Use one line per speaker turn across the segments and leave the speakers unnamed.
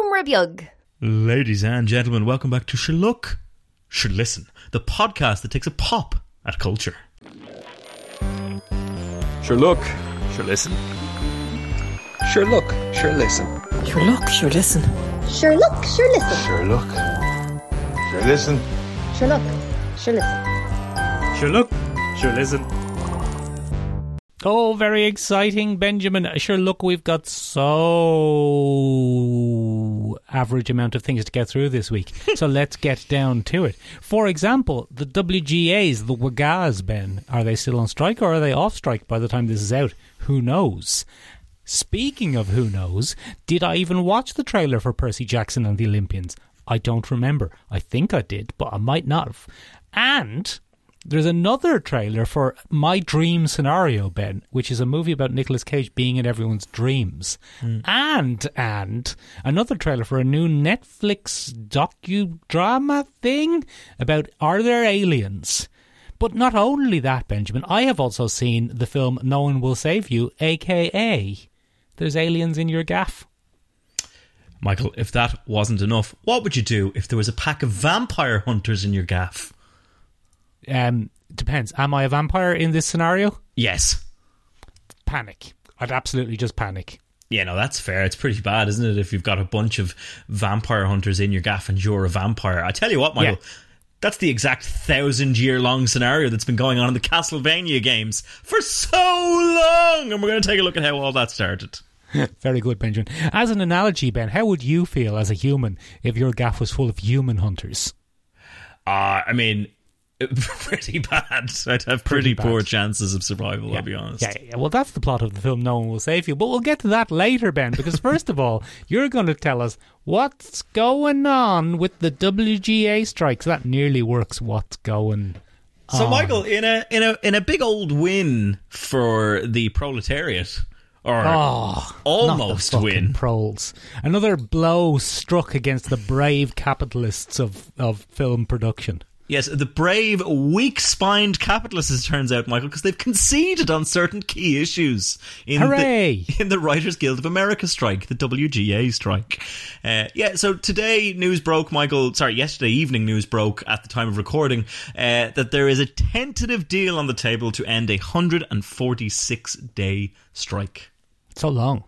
Shomrabyug.
Ladies and gentlemen, welcome back to Should Look, Should Listen, the podcast that takes a pop at culture.
Sure look, sure listen. Sure look, sure listen.
Sure look, sure listen.
Sure look, sure listen.
Sure look, sure listen.
Sure look, sure listen.
Sure look, sure listen.
Oh, very exciting, Benjamin. Sure, look, we've got so average amount of things to get through this week. so let's get down to it. For example, the WGAs, the WGAs, Ben, are they still on strike or are they off strike by the time this is out? Who knows? Speaking of who knows, did I even watch the trailer for Percy Jackson and the Olympians? I don't remember. I think I did, but I might not have. And there's another trailer for My Dream Scenario, Ben, which is a movie about Nicolas Cage being in everyone's dreams. And and another trailer for a new Netflix docudrama thing about Are There Aliens? But not only that, Benjamin, I have also seen the film No One Will Save You, aka There's Aliens in Your Gaff.
Michael, if that wasn't enough, what would you do if there was a pack of vampire hunters in your gaff?
Um, depends. Am I a vampire in this scenario?
Yes.
Panic. I'd absolutely just panic.
Yeah, no, that's fair. It's pretty bad, isn't it? If you've got a bunch of vampire hunters in your gaff and you're a vampire. I tell you what, Michael,
Yeah.
that's the exact thousand year long scenario that's been going on in the Castlevania games for so long. And we're going to take a look at how all that started.
Very good, Benjamin. As an analogy, Ben, how would you feel as a human if your gaff was full of human hunters?
Uh, I mean, pretty bad. I'd have pretty,
Pretty
poor
bad.
chances of survival, I'll be honest.
Yeah, yeah, well, that's the plot of the film No One Will Save You. But we'll get to that later, Ben, because first of all, you're going to tell us what's going on with the WGA strikes. That nearly works. What's going Oh.
So, Michael, in a in a in a big old win for the proletariat, or
Oh,
almost
not the fucking
win.
proles. Another blow struck against the brave capitalists of, of film production.
yes, the brave, weak-spined capitalists, as it turns out, Michael, because they've conceded on certain key issues in
Hooray!
the in the Writers Guild of America strike, the WGA strike. Uh, yeah, so today news broke, Michael. Sorry, yesterday evening news broke at the time of recording uh, that there is a tentative deal on the table to end a hundred and forty-six day strike.
So long.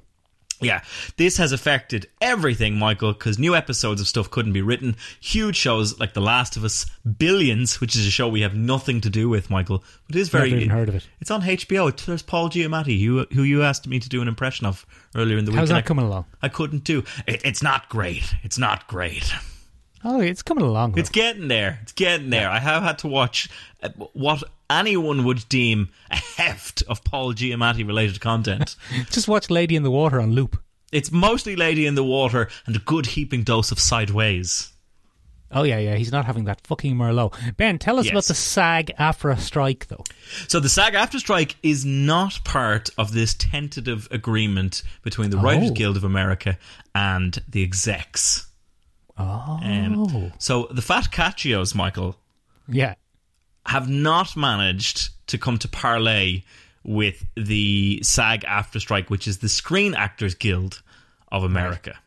Yeah, this has affected everything, Michael, because new episodes of stuff couldn't be written. Huge shows like The Last of Us, Billions, which is a show we have nothing to do with, Michael. But it is very.
Never even heard of it.
It's on HBO. It- There's Paul Giamatti, who, who you asked me to do an impression of earlier in the week.
How's
and
that
I-
coming along?
I couldn't do. It, it's not great. It's not great.
Oh, it's coming along. though.
It's getting there. It's getting there. I have had to watch uh, what anyone would deem a heft of Paul Giamatti related content.
Just watch Lady in the Water on loop.
It's mostly Lady in the Water and a good heaping dose of Sideways.
Oh yeah, yeah. He's not having that fucking Merlot. Ben, tell us
Yes.
about the SAG AFRA strike, though.
So the SAG after strike is not part of this tentative agreement between the Writers
Oh.
Guild of America and the execs.
Oh,
Um, so the Fat Catchios, Michael,
yeah.
have not managed to come to parlay with the SAG after strike, which is the Screen Actors Guild of America.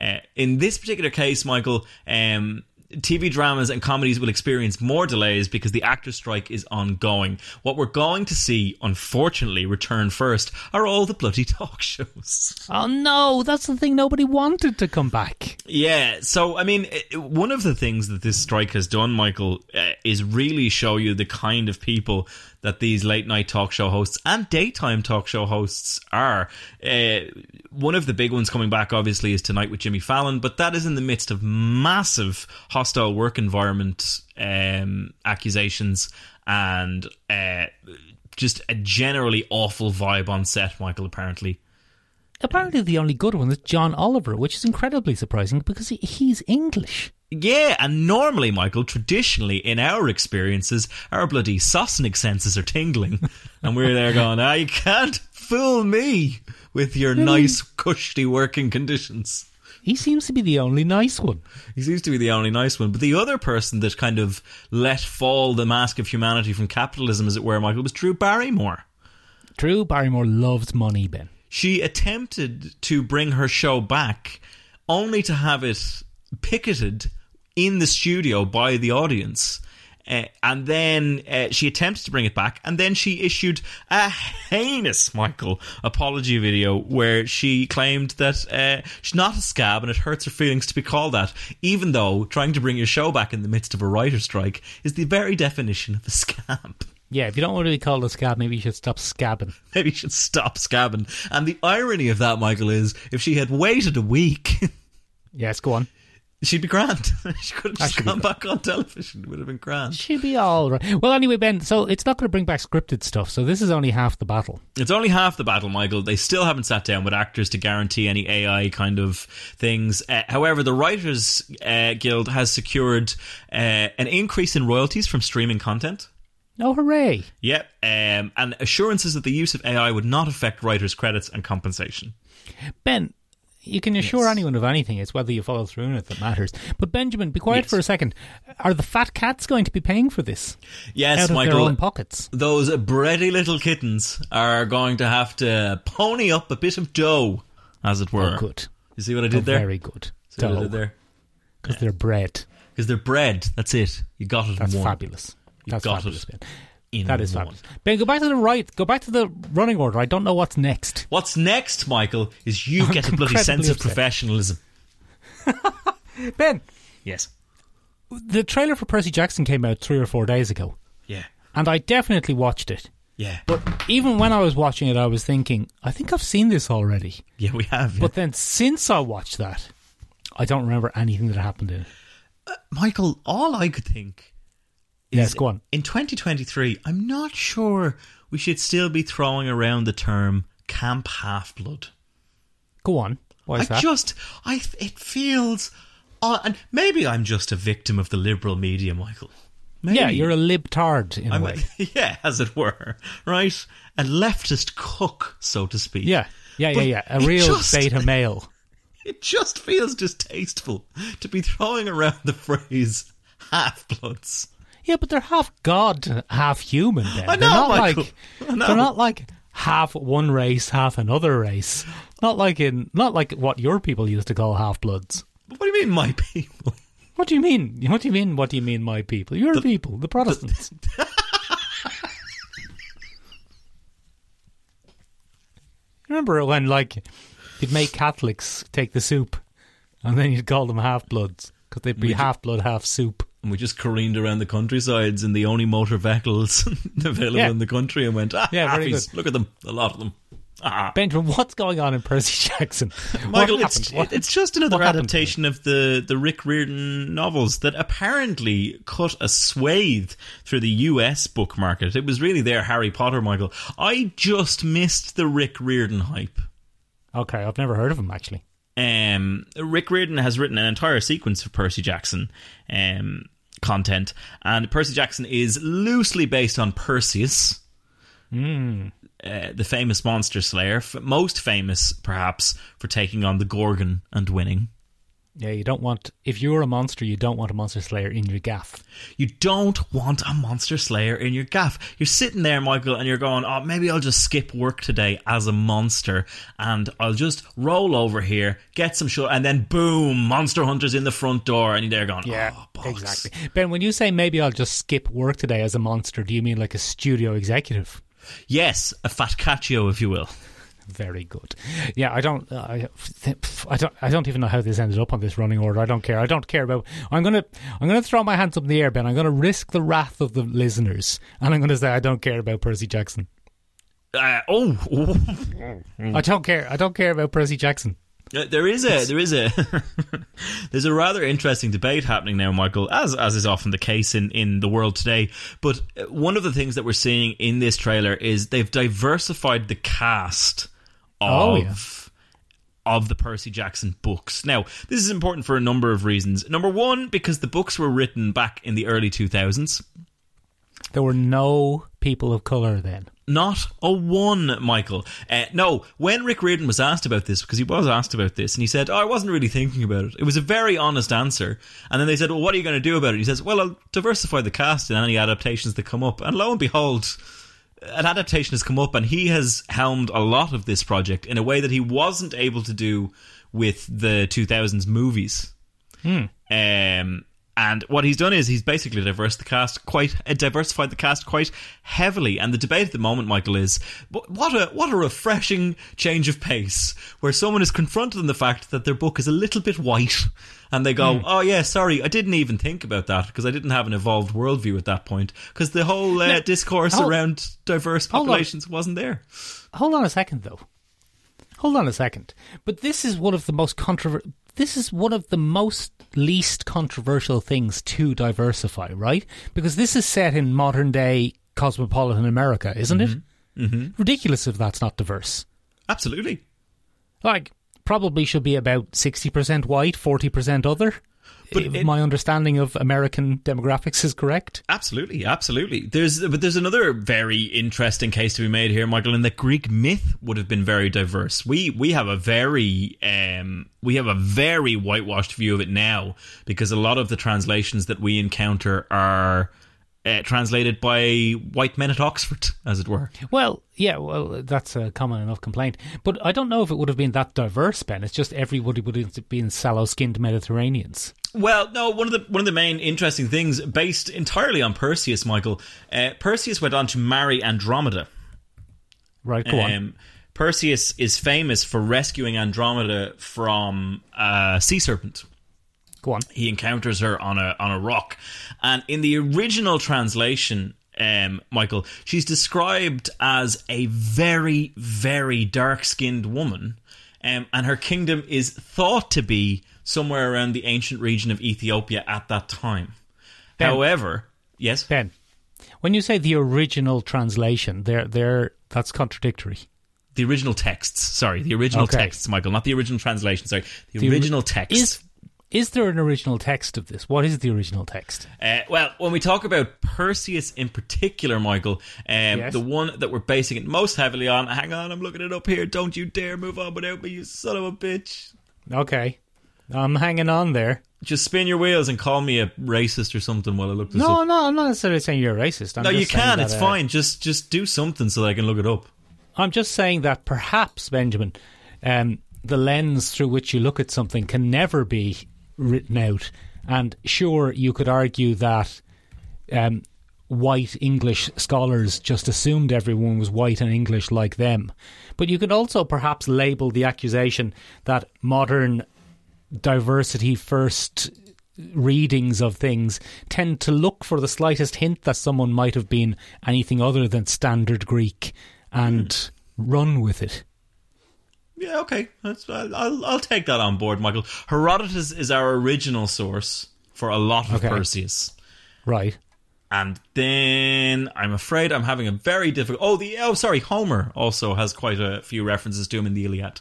Uh, in this particular case, Michael, um, TV dramas and comedies will experience more delays because the actor strike is ongoing. What we're going to see, unfortunately, return first are all the bloody talk shows.
Oh no, that's the thing nobody wanted to come back.
Yeah, so I mean, it- one of the things that this strike has done, Michael, uh, is really show you the kind of people that these late night talk show hosts and daytime talk show hosts are. Uh, one of the big ones coming back, obviously, is tonight with Jimmy Fallon, but that is in the midst of massive hostile work environment um, accusations and uh, just a generally awful vibe on set, Michael, apparently.
Apparently, the only good one is John Oliver, which is incredibly surprising because he, he's English.
Yeah, and normally, Michael, traditionally in our experiences, our bloody Sosnick senses are tingling, and we're there going, "Ah, you can't fool me with your nice, cushy working conditions."
He seems to be the only nice one.
He seems to be the only nice one, but the other person that kind of let fall the mask of humanity from capitalism, as it were, Michael, was Drew Barrymore.
Drew Barrymore loves money, Ben.
She attempted to bring her show back only to have it picketed in the studio by the audience. Uh, and then uh, she attempts to bring it back, and then she issued a heinous, Michael, apology video where she claimed that uh, she's not a scab and it hurts her feelings to be called that, even though trying to bring your show back in the midst of a writer's strike is the very definition of a scab.
Yeah, if you don't want to be called a scab, maybe you should stop scabbing.
Maybe you should stop scabbing. And the irony of that, Michael, is if she had waited a week,
Yes, go on.
she'd be grand. she could have just
Actually,
gone back on television. It would have been grand.
She'll be all right. Well, anyway, Ben, so it's not going to bring back scripted stuff, so this is only half the battle.
It's only half the battle, Michael. They still haven't sat down with actors to guarantee any AI kind of things. Uh, however, the Writers uh, Guild has secured uh, an increase in royalties from streaming content.
Oh, hooray.
Yep, um, and assurances that the use of AI would not affect writers' credits and compensation.
Ben, you can assure anyone of anything. It's whether you follow through on it that matters. But, Benjamin, be quiet
Yes.
for a second. Are the fat cats going to be paying for this
Yes,
out of
Michael.
their own pockets?
those bready little kittens are going to have to pony up a bit of dough, as it were.
Oh, good.
You see what I
Oh,
did there?
Very good.
See what I did there?
Because they're bread.
Because they're bread. That's it. You got it
That's
in one.
fabulous. That's
got
fabulous,
it.
Ben.
In
That is
one.
fabulous. Ben, go back to the right. Go back to the running order. I don't know what's next.
What's next, Michael, is you get a bloody
incredibly
sense of
upset.
professionalism.
Ben,
Yes.
the trailer for Percy Jackson came out three or four days ago,
Yeah.
and I definitely watched it.
Yeah.
But even when I was watching it, I was thinking, I think I've seen this already.
yeah, we have. yeah.
But then since I watched that, I don't remember anything that happened in it.
Uh, Michael, all I could think is
Yes, go on.
in 2023, I'm not sure we should still be throwing around the term Camp Half Blood.
Go on. Why is
I
that?
just, I, it feels, uh, and maybe I'm just a victim of the liberal media, Michael. Maybe.
yeah, you're a libtard in
I'm
a
a-
way.
yeah, as it were, right? A leftist cook, so to speak.
yeah. Yeah, yeah,
But
yeah. A
it
real
just-
beta male.
It just feels distasteful to be throwing around the phrase half bloods.
Yeah, but they're half god, half human. Then.
I
they're
know,
not
Michael.
like
I know.
they're not like half one race, half another race. Not like in not like what your people used to call half bloods.
What do you mean, my people?
What do you mean? What do you mean? What do you mean, my people? Your people, the Protestants. Remember when, like, you'd make Catholics take the soup, and then you'd call them half bloods because they'd be half blood, half soup.
And we just careened around the countrysides in the only motor vehicles available
Yeah.
in the country and went, ah,
Yeah, very
halfies.
good.
look at them, a lot of them. Ah.
Benjamin, what's going on in Percy Jackson?
Michael,
what
it's,
happened? What-
it's just another
what happened to
adaptation of the, the Rick Riordan novels that apparently cut a swathe through the US book market. It was really their Harry Potter, Michael. I just missed the Rick Riordan hype.
Okay, I've never heard of him actually.
Um, Rick Riordan has written an entire sequence of Percy Jackson um, content, and Percy Jackson is loosely based on Perseus.
Hmm.
Uh, the famous monster slayer, f- most famous perhaps for taking on the Gorgon and winning.
Yeah, you don't want if you're a monster, you don't want a monster slayer in your gaff.
You don't want a monster slayer in your gaff. You're sitting there, Michael, and you're going, oh, maybe I'll just skip work today as a monster and I'll just roll over here, get some shit, and then boom, monster hunter's in the front door. And they're going, oh, bollocks.
exactly. Ben, when you say maybe I'll just skip work today as a monster, do you mean like a studio executive?
Yes, a fatcatio, if you will.
Very good. Yeah, I don't, uh, I, I don't, I don't even know how this ended up on this running order. I don't care. I don't care about. I'm gonna, I'm gonna throw my hands up in the air, Ben. I'm gonna risk the wrath of the listeners, and I'm gonna say I don't care about Percy Jackson.
Uh, oh,
I don't care. I don't care about Percy Jackson.
Uh, There is a there is a there's a rather interesting debate happening now, Michael, as as is often the case in in the world today. But uh, one of the things that we're seeing in this trailer is they've diversified the cast
Oh,
of
yeah.
of the Percy Jackson books. Now, this is important for a number of reasons. Number one, because the books were written back in the early two thousands.
There were no people of color then.
Not a one, Michael. Uh, no, when Rick Reardon was asked about this, because he was asked about this, and he said, oh, I wasn't really thinking about it. It was a very honest answer. And then they said, Well, what are you going to do about it? He says, Well, I'll diversify the cast in any adaptations that come up. And lo and behold, an adaptation has come up, and he has helmed a lot of this project in a way that he wasn't able to do with the 2000s movies. Um, and what he's done is he's basically diverse the cast quite uh, diversified the cast quite heavily. And the debate at the moment, Michael, is wh- what a what a refreshing change of pace, where someone is confronted on the fact that their book is a little bit white, and they
Hmm.
go, "Oh yeah, sorry, I didn't even think about that because I didn't have an evolved worldview at that point because the whole uh, discourse
hold-
around diverse
hold on.
populations wasn't there."
Hold on a second, though. Hold on a second. But this is one of the most controversial. This is one of the most least controversial things to diversify, right? Because this is set in modern day cosmopolitan America, isn't it? Mm-hmm. Ridiculous if that's not diverse.
Absolutely.
Like, probably should be about 60% white, 40% other.
But
if
it-
my understanding of American demographics is correct.
Absolutely, absolutely. There's but there's another very interesting case to be made here, Michael, in that Greek myth would have been very diverse. We we have a very um we have a very whitewashed view of it now because a lot of the translations that we encounter are uh, translated by white men at Oxford, as it were.
Well, yeah, well, that's a common enough complaint. But I don't know if it would have been that diverse, Ben. It's just everybody would have been sallow skinned Mediterraneans.
Well, no. One of the one of the main interesting things, based entirely on Perseus, Michael, uh, Perseus went on to marry Andromeda.
Right, go on.
Um, Perseus is famous for rescuing Andromeda from a sea serpent.
Go on.
He encounters her on a on a rock, and in the original translation, um, Michael, she's described as a very very dark skinned woman, um, and her kingdom is thought to be somewhere around the ancient region of Ethiopia at that time.
Ben.
However, yes,
Ben, when you say the original translation, they're, they're, that's contradictory.
the original texts. Sorry, the original
Okay.
texts, Michael, not the original translation. Sorry, the,
The ori-
original texts.
Is, is there an original text of this? What is the original text?
Uh, well, when we talk about Perseus in particular, Michael, um,
Yes.
the one that we're basing it most heavily on. Hang on, I'm looking it up here. Don't you dare move on without me, you son of a bitch.
Okay. I'm hanging on there.
Just spin your wheels and call me a racist or something while I look this
No,
up.
no, I'm not necessarily saying you're racist. I'm
no,
just
you
saying
can.
that,
it's
uh,
fine. Just just do something so that I can look it up.
I'm just saying that perhaps, Benjamin, um, the lens through which you look at something can never be written out. And sure, you could argue that um, white English scholars just assumed everyone was white and English like them. But you could also perhaps label the accusation that modern diversity first readings of things tend to look for the slightest hint that someone might have been anything other than standard Greek and run with it.
Yeah, okay. That's, I'll, I'll, I'll take that on board, Michael. Herodotus is our original source for a lot of
Okay.
Perseus.
Right.
And then I'm afraid I'm having a very difficult. Oh, the oh, sorry, Homer also has quite a few references to him in the Iliad.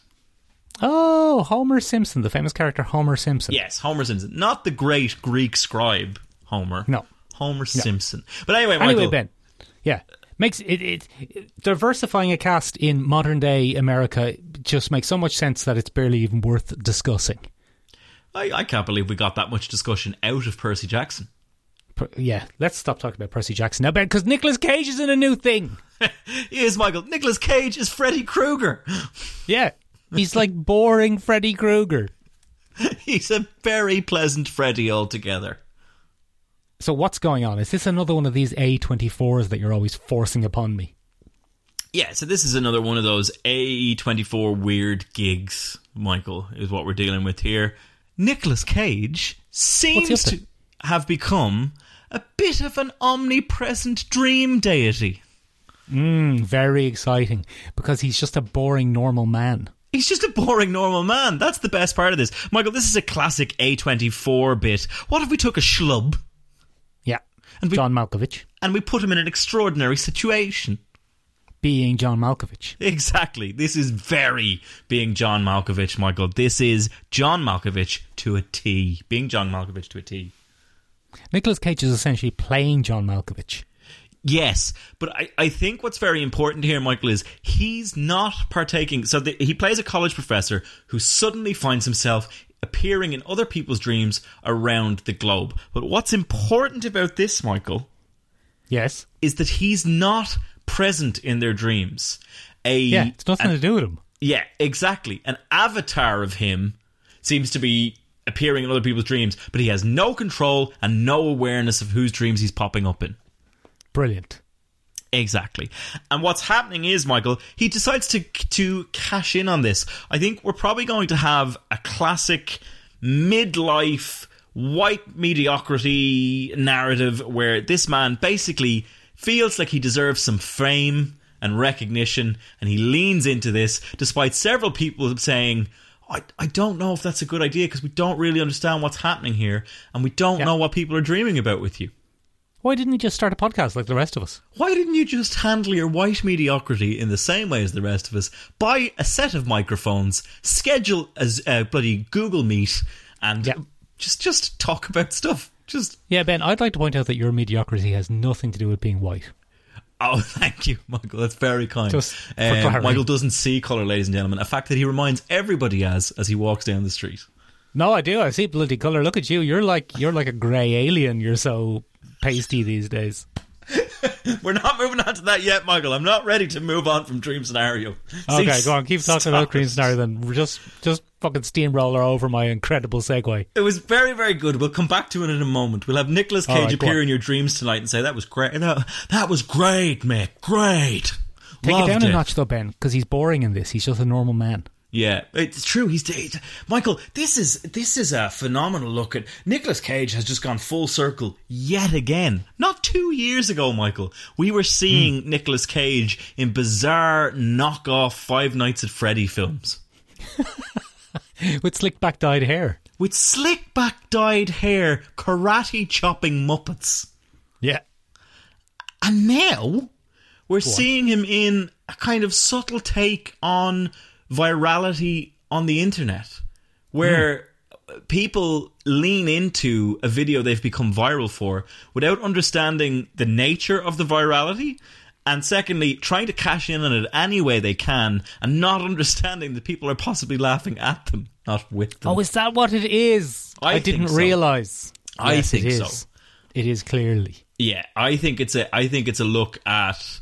Oh, Homer Simpson, the famous character Homer Simpson.
Yes, Homer Simpson, not the great Greek scribe Homer.
No.
Homer Simpson. But anyway, Michael,
Anyway, Ben. Yeah. Makes it, it, it diversifying a cast in modern day America just makes so much sense that it's barely even worth discussing.
I, I can't believe we got that much discussion out of Percy Jackson.
Per- yeah, let's stop talking about Percy Jackson now, Ben, because Nicolas Cage is in a new thing.
Yes, Michael. Nicolas Cage is Freddy Krueger.
Yeah. He's like boring Freddy Krueger.
He's a very pleasant Freddy altogether.
So what's going on? Is this another one of these A24s that you're always forcing upon me?
Yeah, so this is another one of those AE24 weird gigs, Michael, is what we're dealing with here. Nicolas Cage seems
What's he
to
up to?
have become a bit of an omnipresent dream deity.
Hmm, Very exciting because he's just a boring normal man.
He's just a boring normal man. That's the best part of this. Michael, this is a classic A24 bit. What if we took a schlub
Yeah.
And we-
John Malkovich
and we put him in an extraordinary situation?
being John Malkovich.
Exactly. This is very being John Malkovich, Michael. This is John Malkovich to a T. Being John Malkovich to a T.
Nicolas Cage is essentially playing John Malkovich.
Yes, but I, I think what's very important here, Michael, is he's not partaking. So the, he plays a college professor who suddenly finds himself appearing in other people's dreams around the globe. But what's important about this, Michael,
Yes.
is that he's not present in their dreams. A
Yeah, it's nothing
an-
to do with him.
yeah, exactly. An avatar of him seems to be appearing in other people's dreams, but he has no control and no awareness of whose dreams he's popping up in.
Brilliant.
Exactly. And what's happening is, Michael, he decides to to cash in on this. I think we're probably going to have a classic midlife white mediocrity narrative where this man basically feels like he deserves some fame and recognition and he leans into this despite several people saying I, I don't know if that's a good idea because we don't really understand what's happening here and we don't know what people are dreaming about with you.
Why didn't he just start a podcast like the rest of us?
Why didn't you just handle your white mediocrity in the same way as the rest of us? Buy a set of microphones, schedule a z- a bloody Google Meet, and
Yeah.
just just talk about stuff. Just
Yeah, Ben, I'd like to point out that your mediocrity has nothing to do with being white.
oh, thank you, Michael. That's very kind.
Just for
Um,
clarity.
Michael doesn't see color, ladies and gentlemen. A fact that he reminds everybody as as he walks down the street.
No, I do. I see bloody color. Look at you. You're like you're like a grey alien. You're so pasty these days.
We're not moving on to that yet, Michael. I'm not ready to move on from dream scenario.
Okay,
See,
go on. Keep talking about
stop
Green
it.
Scenario then. We're Just just fucking steamroller over my incredible segue.
It was very, very good. We'll come back to it in a moment. We'll have Nicolas Cage
All right, go
appear
on.
in your dreams tonight and say, That was great. That, that was great, mate. Great.
Take
Loved
it down a notch though, Ben, because he's boring in this. He's just a normal man.
Yeah, it's true. He's he's- Michael. This is this is a phenomenal look at Nicolas Cage has just gone full circle yet again. Not two years ago, Michael, we were seeing
Hmm.
Nicolas Cage in bizarre knockoff Five Nights at Freddy films.
With slick back dyed hair.
With slick back dyed hair, karate chopping Muppets.
Yeah.
And now we're seeing him in a kind of subtle take on virality on the internet, where people lean into a video they've become viral for without understanding the nature of the virality. And secondly, trying to cash in on it any way they can and not understanding that people are possibly laughing at them, not with them.
Oh, is that what it is?
I think
didn't
so.
realise.
I
Yes,
think
it
so.
is. It is clearly.
Yeah, I think it's a I think it's a look at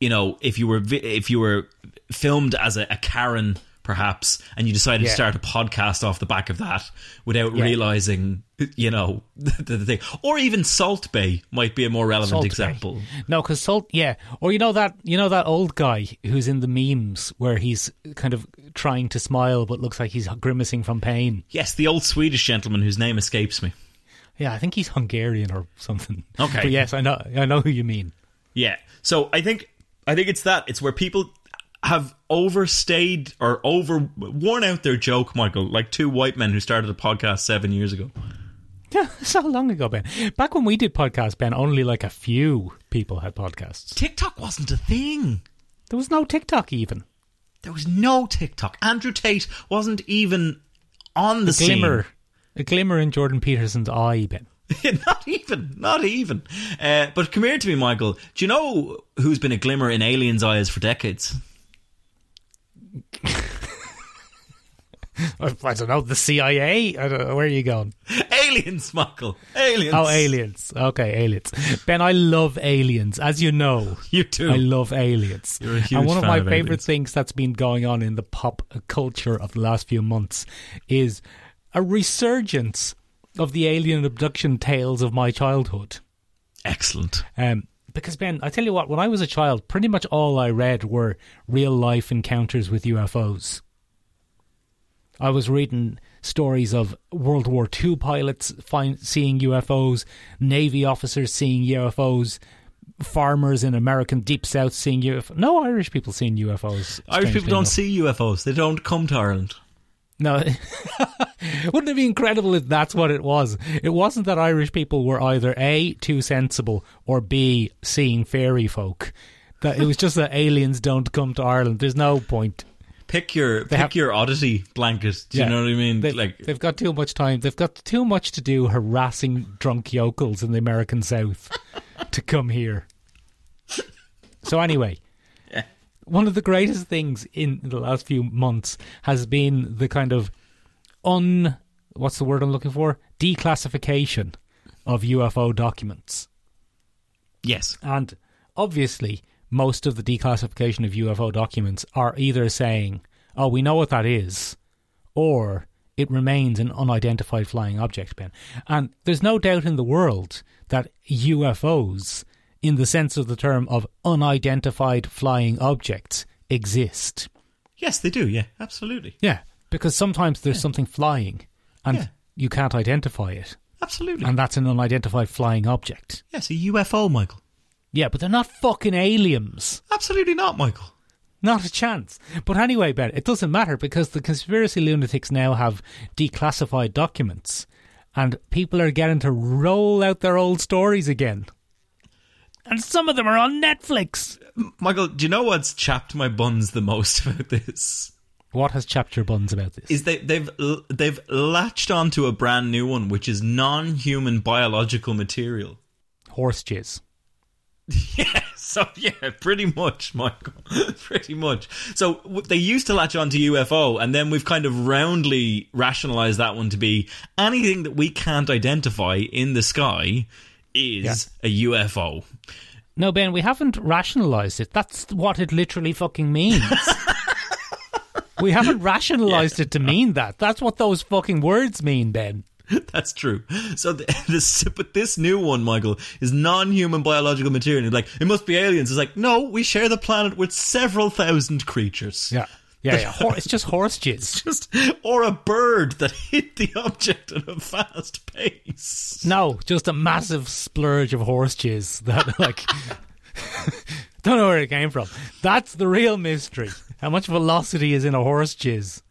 you know if you were vi- if you were filmed as a, a Karen perhaps and you decided to
Yeah.
start a podcast off the back of that without realizing you know the, the thing or even Salt Bay might be a more relevant
Salt Bae.
example.
No, because salt, yeah. Or you know that you know that old guy who's in the memes where he's kind of trying to smile but looks like he's grimacing from pain.
Yes, the old Swedish gentleman whose name escapes me.
Yeah, I think he's Hungarian or something.
Okay.
but yes, I know I know who you mean.
Yeah. So I think I think it's that. It's where people have overstayed or over worn out their joke, Michael, like two white men who started a podcast seven years ago.
Yeah, so long ago, Ben. Back when we did podcasts, Ben, only like a few people had podcasts.
TikTok wasn't a thing.
There was no TikTok even.
There was no TikTok. Andrew Tate wasn't even on the scene.
Glimmer, a glimmer in Jordan Peterson's eye, Ben.
not even. Not even. Uh, but come here to me, Michael. Do you know who's been a glimmer in aliens' eyes for decades?
Oh, I don't know the CIA. I don't know, where are you going?
Aliens, Michael. Aliens.
Oh, aliens. Okay, aliens. Ben, I love aliens, as you know.
You too.
I love aliens.
You're a huge
and one of
fan
my
of
favorite
aliens.
things that's been going on in the pop culture of the last few months is a resurgence of the alien abduction tales of my childhood.
Excellent.
Um, because Ben, I tell you what, when I was a child, pretty much all I read were real life encounters with UFOs. I was reading stories of World War II pilots find, seeing UFOs, Navy officers seeing UFOs, farmers in American Deep South seeing UFOs. No Irish people seeing UFOs.
Irish people
strangely
don't
enough.
see UFOs. They don't come to Ireland.
No. Wouldn't it be incredible if that's what it was? It wasn't that Irish people were either A, too sensible, or B, seeing fairy folk. That it was just that aliens don't come to Ireland. There's no point.
Pick your pick
have-
your oddity blanket. Do
Yeah.
you know what I mean?
They,
like
they've got too much time. They've got too much to do harassing drunk yokels in the American South to come here. So anyway, one of the greatest things in the last few months has been the kind of un what's the word I'm looking for declassification of UFO documents.
yes.
And obviously, most of the declassification of UFO documents are either saying, oh, we know what that is, or it remains an unidentified flying object, Ben. And there's no doubt in the world that UFOs, in the sense of the term of unidentified flying objects, exist.
Yes, they do. Yeah, absolutely.
Yeah, because sometimes there's something flying and
Yeah.
you can't identify it,
Absolutely.
and that's an unidentified flying object.
yes, a UFO, Michael.
Yeah, but they're not fucking aliens.
Absolutely not, Michael.
Not a chance. But anyway, Ben, it doesn't matter because the conspiracy lunatics now have declassified documents and people are getting to roll out their old stories again. And some of them are on Netflix.
Michael, do you know what's chapped my buns the most about this?
What has Chapter Buns about this?
Is they, they've l- they've latched onto a brand new one, which is non-human biological material.
Horse jizz.
Yeah, so yeah, pretty much, Michael. pretty much. So w- they used to latch onto UFO, and then we've kind of roundly rationalized that one to be anything that we can't identify in the sky is a UFO.
No, Ben, we haven't rationalized it. That's what it literally fucking means. we haven't rationalized it to mean that. That's what those fucking words mean, Ben.
That's true. So the, this, but this new one, Michael, is non-human biological material. You're Like it must be aliens. It's like no, we share the planet with several thousand creatures.
Yeah. Yeah, yeah. Hor- it's just horse jizz.
Just, or a bird that hit the object at a fast pace.
No, just a massive splurge of horse jizz that like don't know where it came from. That's the real mystery. How much velocity is in a horse jizz?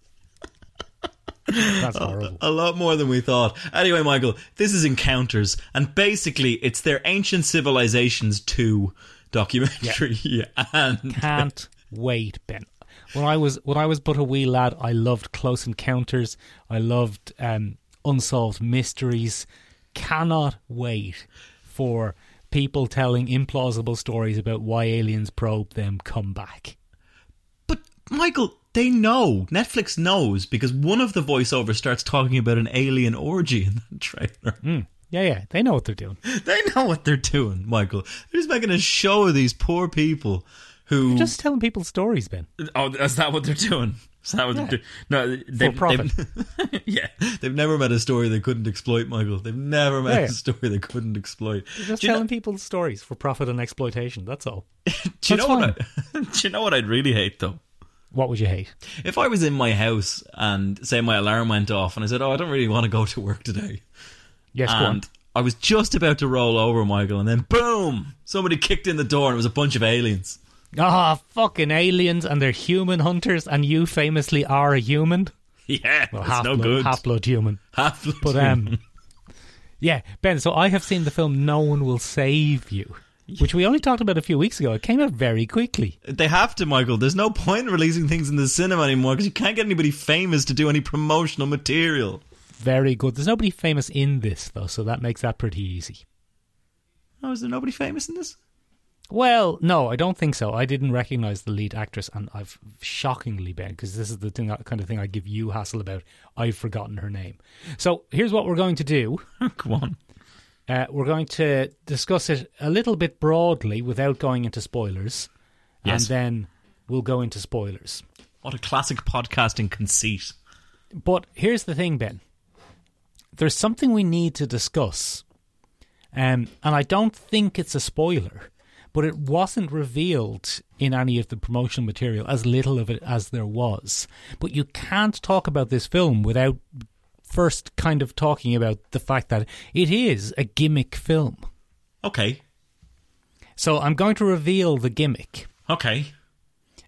That's horrible.
A lot more than we thought. Anyway, Michael, this is Encounters, and basically it's their Ancient Civilizations 2 documentary. Yeah. And
Can't wait, Ben. When I was when I was but a wee lad, I loved Close Encounters. I loved um, Unsolved Mysteries. Cannot wait for people telling implausible stories about why aliens probe them come back.
but Michael, they know. Netflix knows because one of the voiceovers starts talking about an alien orgy in that trailer.
Yeah, yeah, they know what they're doing.
They know what they're doing, Michael. They're just making a show of these poor people who
Just telling people stories, Ben.
Oh, is that what they're doing? Is that what they're doing? No, they've,
profit.
they've- yeah, they've never met a story they couldn't exploit, Michael. They've never met
Yeah.
a story they couldn't exploit.
Just
do you
telling
know,
people stories for profit and exploitation. That's all.
do you know
that's
what? I, do you know what I'd really hate though?
What would you hate?
If I was in my house and say my alarm went off and I said, "Oh, I don't really want to go to work today,"
Yes, go on.
and I was just about to roll over, Michael, and then boom! Somebody kicked in the door, and it was a bunch of aliens.
Ah, fucking aliens and they're human hunters, and you famously are a human.
Yeah,
Well,
it's
half
no
blood,
good.
half blood human.
Half blood.
But um, yeah, Ben. So I have seen the film No One Will Save You, which we only talked about a few weeks ago. It came out very quickly.
They have to, Michael. There's no point in releasing things in the cinema anymore because you can't get anybody famous to do any promotional material.
Very good. There's nobody famous in this though, so that makes that pretty easy.
Oh, is there nobody famous in this?
Well, no, I don't think so. I didn't recognize the lead actress, and I've shockingly been because this is the thing, kind of thing I give you hassle about. I've forgotten her name. So here's what we're going to do.
Come on.
Uh, we're going to discuss it a little bit broadly without going into spoilers,
Yes.
and then we'll go into spoilers.
What a classic podcasting conceit.
But here's the thing, Ben. There's something we need to discuss, um, and I don't think it's a spoiler, but it wasn't revealed in any of the promotional material, as little of it as there was. But you can't talk about this film without first kind of talking about the fact that it is a gimmick film.
Okay.
So I'm going to reveal the gimmick.
Okay.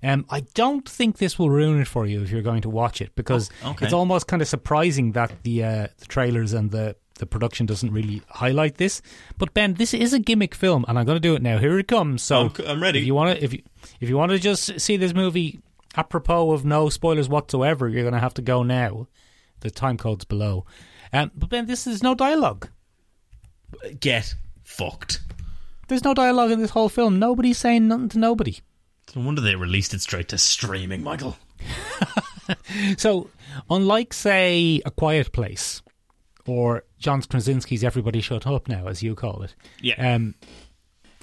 Um, I don't think this will ruin it for you if you're going to watch it because
O- Oh, okay.
it's almost kind of surprising that the uh, the trailers and the the production doesn't really highlight this. But Ben, this is a gimmick film, and I'm going to do it now. Here it comes. So
I'm c- I'm ready.
If you want to, if you if you want to just see this movie apropos of no spoilers whatsoever, you're going to have to go now. The time code's below. Um, but Ben, this is no dialogue.
Get fucked.
There's no dialogue in this whole film. Nobody's saying nothing to nobody.
No wonder they released it straight to streaming, Michael.
So, unlike, say, A Quiet Place or John Krasinski's Everybody Shut Up Now, as you call it,
Yeah.
um,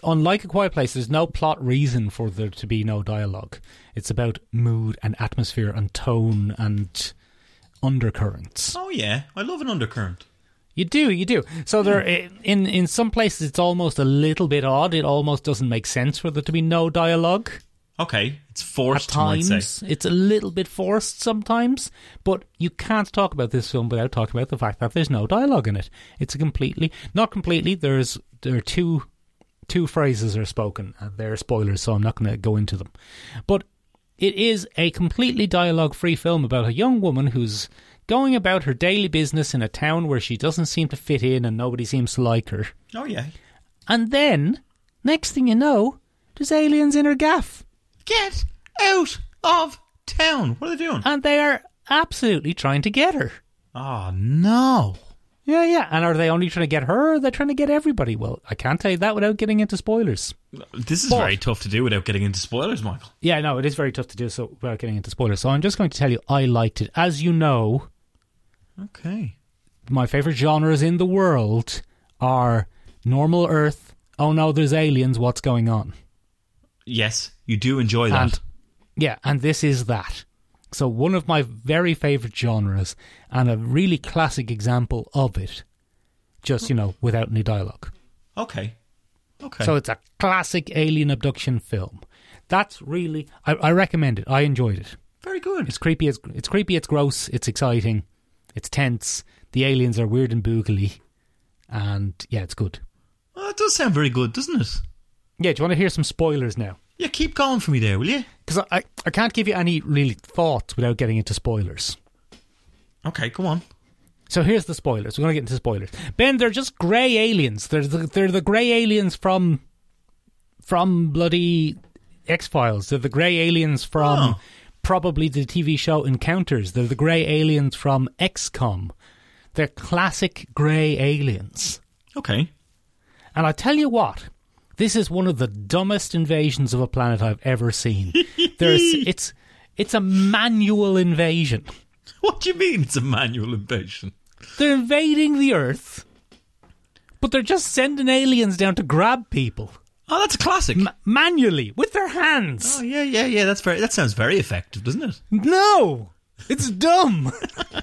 unlike A Quiet Place, there's no plot reason for there to be no dialogue. It's about mood and atmosphere and tone and undercurrents.
Oh yeah, I love an undercurrent.
You do, you do. So there, eh, in in some places, it's almost a little bit odd. It almost doesn't make sense for there to be no dialogue.
Okay, it's
At
forced. I might say.
times, it's a little bit forced sometimes, but you can't talk about this film without talking about the fact that there's no dialogue in it. It's a completely, not completely. There's there are two two phrases are spoken, and they're spoilers, so I'm not going to go into them. But it is a completely dialogue free film about a young woman who's going about her daily business in a town where she doesn't seem to fit in and nobody seems to like her.
Oh yeah,
And then, next thing you know, there's aliens in her gaff.
get out of town. What are they doing?
and they are absolutely trying to get her.
Oh no.
Yeah, yeah. And are they only trying to get her? Or are they trying to get everybody? Well, I can't tell you that without getting into spoilers.
This is
But-
very tough to do without getting into spoilers, Michael.
Yeah, no, it is very tough to do so without getting into spoilers. So I'm just going to tell you, I liked it. As you know,
Okay.
my favorite genres in the world are normal Earth. Oh no, there's aliens. What's going on?
Yes, you do enjoy that.
And yeah, and this is that. So one of my very favorite genres and a really classic example of it. Just you know, without any dialogue.
okay. Okay.
So it's a classic alien abduction film. That's really I, I recommend it. I enjoyed it.
very good.
It's creepy. It's, it's creepy. It's gross. It's exciting. It's tense. The aliens are weird and boogly, and yeah, it's good.
Well, that does sound very good, doesn't it?
Yeah, do you want to hear some spoilers now?
Yeah, keep going for me there, will you?
Because I, I I can't give you any really thoughts without getting into spoilers.
Okay, go on.
So here's the spoilers. We're going to get into spoilers. Ben, they're just grey aliens. They're the, they're the grey aliens from from bloody X Files. They're the grey aliens from
Oh.
probably the TV show Encounters. They're the grey aliens from XCOM. They're classic grey aliens.
Okay.
And I tell you what, this is one of the dumbest invasions of a planet I've ever seen. There's it's it's a manual invasion.
What do you mean it's a manual invasion?
They're invading the Earth, but they're just sending aliens down to grab people
Oh, that's a classic.
ma- manually with their hands.
oh yeah, yeah, yeah. That's very. That sounds very effective, doesn't it?
No, it's dumb.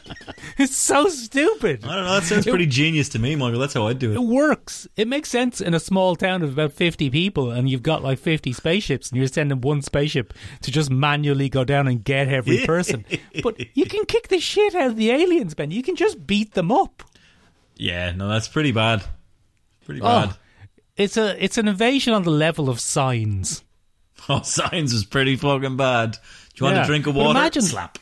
it's so stupid.
I don't know. That sounds pretty genius to me, Michael. That's how I'd do
It
it.
works. It makes sense in a small town of about 50 people, and you've got like 50 spaceships, and you're sending one spaceship to just manually go down and get every person. but you can kick the shit out of the aliens, Ben. You can just beat them up.
Yeah, no, that's pretty bad. Pretty
Oh.
bad.
It's a it's an invasion on the level of signs.
Oh, science is pretty fucking bad. Do you want
Yeah.
a drink of
But
water?
imagine-
slap.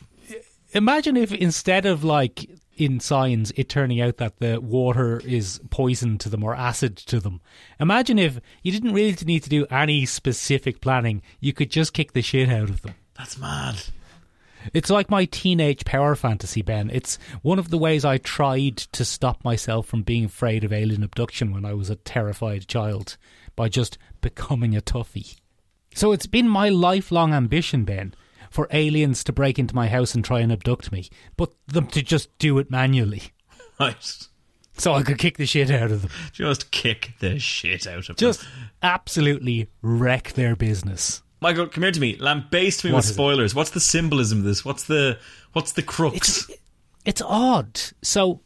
imagine if instead of like in science it turning out that the water is poison to them or acid to them imagine if you didn't really need to do any specific planning you could just kick the shit out of them
That's mad.
it's like my teenage power fantasy ben it's one of the ways i tried to stop myself from being afraid of alien abduction when i was a terrified child by just becoming a toughie so it's been my lifelong ambition, Ben, for aliens to break into my house and try and abduct me, but them to just do it manually.
Right.
So I could kick the shit out of them.
Just kick the shit out of
Just
them.
absolutely wreck their business.
Michael, come here to me. Lambaste me
What
with
is it?
spoilers. What's the symbolism of this? What's the what's the crux?
It's it's odd. So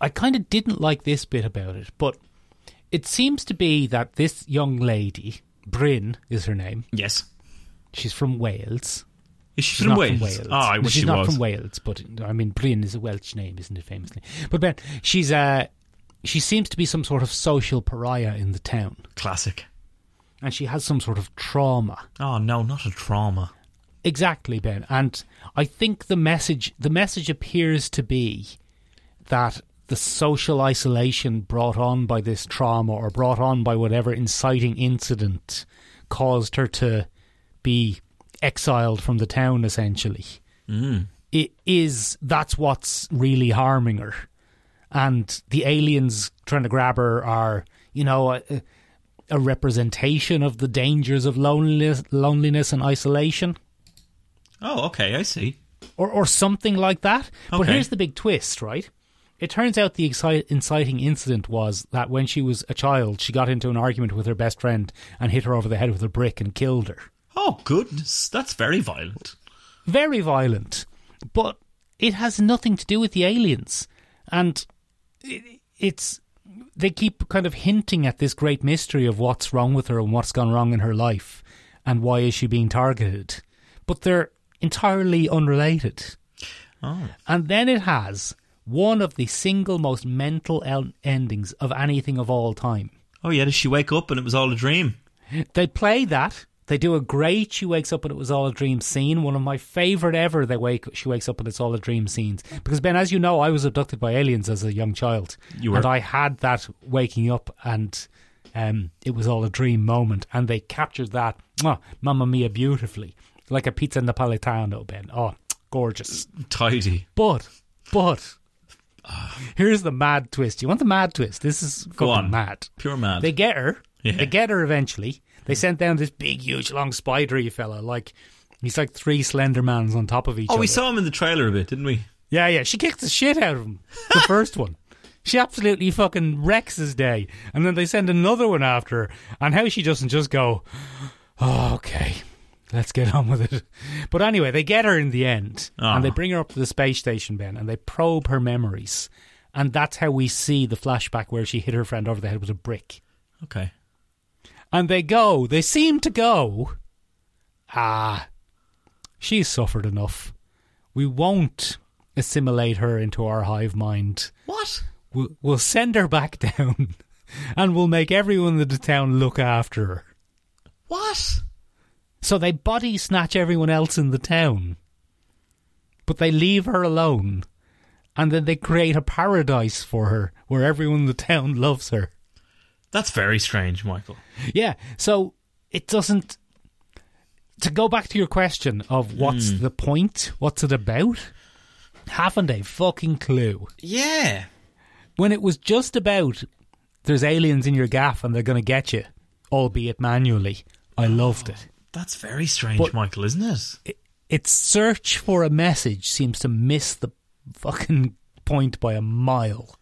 I kind of didn't like this bit about it, but it seems to be that this young lady, Bryn is her name.
yes.
She's from Wales.
Is she
She's
from
not
Wales?
from Wales.
Oh, I
No,
wish
she's
she
not
was.
from Wales, but I mean, Brian is a Welsh name, isn't it? Famously, but Ben, she's uh, she seems to be some sort of social pariah in the town,
Classic.
and she has some sort of trauma.
Oh no, not a trauma.
Exactly, Ben, and I think the message the message appears to be that the social isolation brought on by this trauma or brought on by whatever inciting incident caused her to be exiled from the town essentially it is that's what's really harming her and the aliens trying to grab her are you know a, a representation of the dangers of loneliness loneliness and isolation
Oh, okay, I see.
or or something like that. But
Okay.
here's the big twist, right? It turns out the exci- inciting incident was that when she was a child, she got into an argument with her best friend and hit her over the head with a brick and killed her.
Oh, goodness. That's very violent.
Very violent, but it has nothing to do with the aliens. And it, it's. They keep kind of hinting at this great mystery of what's wrong with her and what's gone wrong in her life and why is she being targeted. But they're entirely unrelated.
Oh.
And then it has one of the single most mental el- endings of anything of all time.
Oh, yeah. Does she wake up and it was all a dream?
They play that. They do a great "She Wakes Up and It Was All a Dream" scene. One of my favorite ever. They wake. She wakes up and it's all a dream scenes. Because Ben, as you know, I was abducted by aliens as a young child,
You were.
and I had that waking up and um, it was all a dream moment, and they captured that, mwah, Mamma Mia, beautifully, like a pizza napolitano. Ben, oh, gorgeous.
Tidy.
But, but, here's the mad twist. You want the mad twist? This is
Ah. Go
fucking
on.
mad.
Pure mad.
They get her.
Yeah.
They get her eventually. They sent down this big, huge, long spidery fella. Like he's like three slender mans on top of each
oh,
other.
we saw him in the trailer a bit, didn't we?
Yeah, yeah. She kicks the shit out of him. The first one. She absolutely fucking wrecks his day. And then they send another one after her. And how she doesn't just go, oh, okay, let's get on with it. But anyway, they get her in the end.
Ah.
And they bring her up to the space station, Ben, and they probe her memories. And that's how we see the flashback where she hit her friend over the head with a brick.
Okay.
And they go, they seem to go, ah, she's suffered enough. We won't assimilate her into our hive mind.
What?
We'll, we'll send her back down and we'll make everyone in the town look after her.
What?
So they body snatch everyone else in the town, but they leave her alone. And then they create a paradise for her where everyone in the town loves her.
That's very strange, Michael.
Yeah. So it doesn't. To go back to your question of what's the point, what's it about? Haven't a fucking clue.
Yeah.
When it was just about there's aliens in your gaff and they're going to get you, albeit manually, I loved it.
That's very strange,
But-
Michael, isn't it?
it. Its search for a message seems to miss the fucking point by a mile.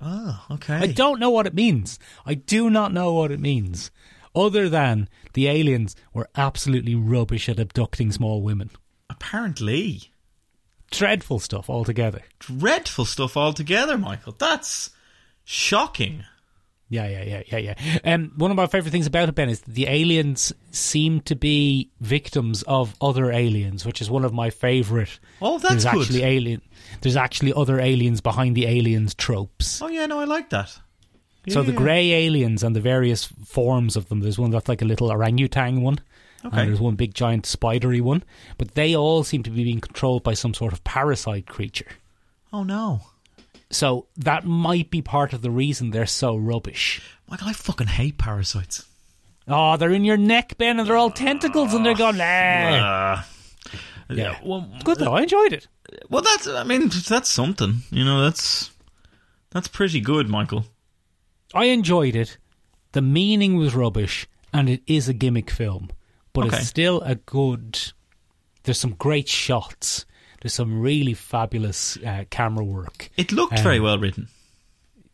Oh, okay.
I don't know what it means. I do not know what it means. Other than the aliens were absolutely rubbish at abducting small women.
Apparently.
Dreadful stuff altogether.
Dreadful stuff altogether, Michael. That's shocking.
Yeah, yeah, yeah, yeah, yeah. Um, one of my favourite things about it, Ben, is that the aliens seem to be victims of other aliens, which is one of my favourite.
Oh, that's
there's
good.
Actually alien, there's actually other aliens behind the aliens tropes.
Oh, yeah, no, I like that.
So the
Yeah.
grey aliens and the various forms of them. There's one that's like a little orangutan one,
Okay.
and there's one big giant spidery one. But they all seem to be being controlled by some sort of parasite creature.
Oh, no.
So that might be part of the reason they're so rubbish.
Michael, I fucking hate parasites.
Oh, they're in your neck, Ben, and they're all tentacles, and they're going.
Uh,
Nah. Yeah.
Well,
It's Good though, I enjoyed it.
well, that's, I mean, that's something. You know, that's, that's pretty good, Michael.
I enjoyed it. The meaning was rubbish, and it is a gimmick film, but
Okay.
it's still a good. There's some great shots. There's some really fabulous uh, camera work.
It looked
Um,
very well written.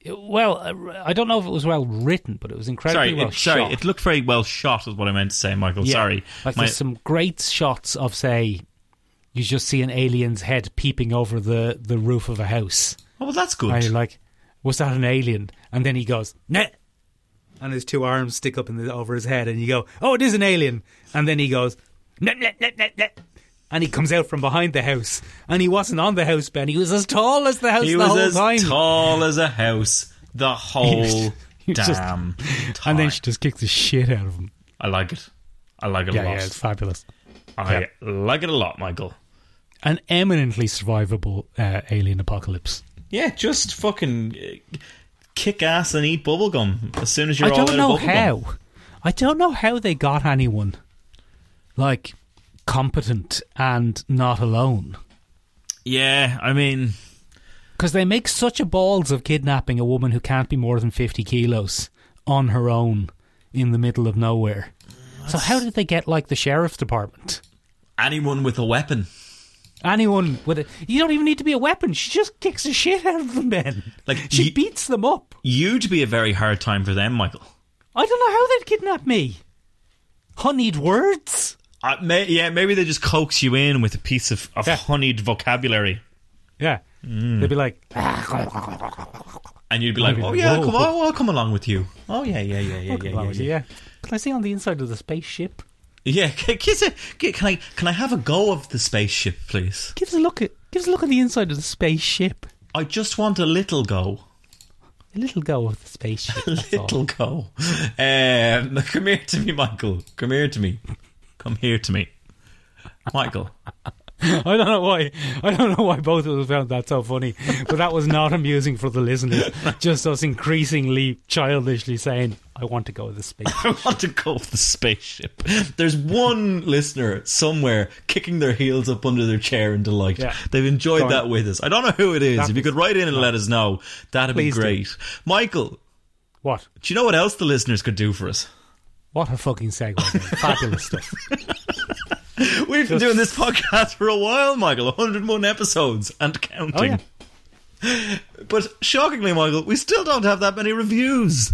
Well, uh, I don't know if it was well written, but it was incredibly
Sorry,
well
it, sorry,
shot.
it looked very well shot, is what I meant to say, Michael.
Yeah.
Sorry,
like
My-
there's some great shots of say, you just see an alien's head peeping over the the roof of a house.
oh well, that's good.
And you're like, was that an alien? And then he goes, nah. And his two arms stick up in the, over his head, and you go, oh, it is an alien. And then he goes, nah, nah, nah, nah, nah. And he comes out from behind the house, and he wasn't on the house, Ben. He was as tall as the house
he
the
was
whole
as
time.
tall as a house the whole
he was just-
damn time.
And then she just kicked the shit out of him.
I like it. I like it a
Yeah,
lot.
yeah, it's fabulous.
I
yeah.
like it a lot, Michael.
An eminently survivable uh, alien apocalypse.
Yeah, just fucking uh, kick ass and eat bubblegum as soon as you're
I
all out
don't know
of bubblegum.
how. I don't know how they got anyone like competent and not alone.
Yeah, I mean,
Because they make such a balls of kidnapping a woman who can't be more than 50 kilos on her own in the middle of nowhere. So, how did they get, like, the sheriff's department?
anyone with a weapon.
Anyone with it, you don't even need to be a weapon. She just kicks the shit out of them. Then,
Like,
she
ye-
beats them up.
You'd be a very hard time for them, Michael.
I don't know how they'd kidnap me. Honeyed words.
Uh, may, yeah, maybe they just coax you in with a piece of, of
Yeah.
honeyed vocabulary,
Yeah,
Mm.
they'd be like,
and you'd be like,
Maybe.
"Oh yeah,
Whoa.
come on, I'll come along with you." Oh yeah, yeah, yeah, yeah,
"Look,
yeah, yeah,
Lois,
yeah.
yeah. Can I see on the inside of the spaceship?
Yeah, c- kiss it. c- Can I can I have a go of the spaceship, please?
Give us a look at, give us a look at the inside of the spaceship.
I just want a little go.
A little go of the spaceship. that's all.
Little go. Um, come here to me, Michael. Come here to me. Come here to me, Michael.
I don't know why. I don't know why both of us found that so funny, but that was not amusing for the listeners. Just us increasingly childishly saying, "I want to go to the space."
I want to go with the spaceship. There's one listener somewhere kicking their heels up under their chair in delight.
Yeah.
They've enjoyed
Go on.
that with us. I don't know who it is.
That
if you
was-
could write in and let us know, that'd be
Please do.
great. Michael,
What?
do you know what else the listeners could do for us?
What a fucking segue! man. Fabulous stuff.
We've been doing this podcast for a while, Michael. 101 episodes and counting.
Oh yeah.
But shockingly, Michael, we still don't have that many reviews.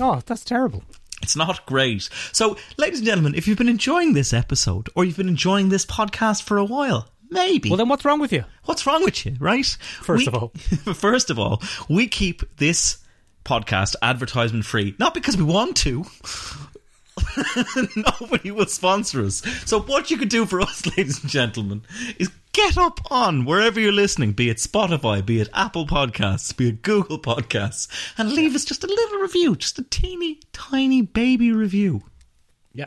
Oh, that's terrible.
It's not great. So, ladies and gentlemen, if you've been enjoying this episode or you've been enjoying this podcast for a while, maybe.
Well, then what's wrong with you?
What's wrong with you, right?
First of all.
first of all, we keep this podcast advertisement free, not because we want to. Nobody will sponsor us. So, what you could do for us, ladies and gentlemen, is get up on wherever you're listening, be it Spotify, be it Apple Podcasts, be it Google Podcasts, and leave us just a little review, just a teeny tiny baby review.
Yeah.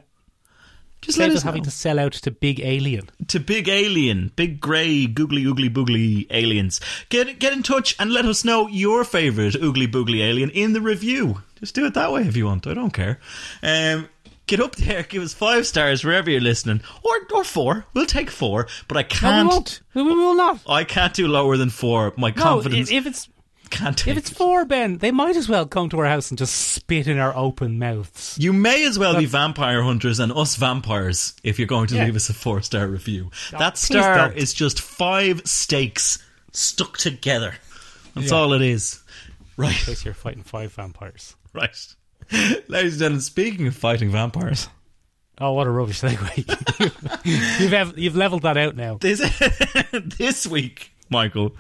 Just
Save
let
us
us know.
having to sell out to Big Alien.
to big alien, big grey, googly oogly boogly aliens. Get get in touch and let us know your favourite oogly boogly alien in the review. Just do it that way if you want. I don't care. Um, get up there, give us five stars wherever you're listening, or or four. We'll take four, but I
No, we
can't.
won't. We, we will not.
I can't do lower than four. My
No,
confidence
i- if it's
can't take.
if it's for Ben, they might as well come to our house and just spit in our open mouths.
you may as well be vampire hunters and us vampires if you're going to
Yeah.
leave us a four star review. that
please
star
don't.
is just five stakes stuck together. That's all it is. Right,
Because you're fighting five vampires.
right. Ladies and gentlemen, speaking of fighting vampires,
Oh, what a rubbish segue! you've ev- you've leveled that out now.
this, this week, Michael,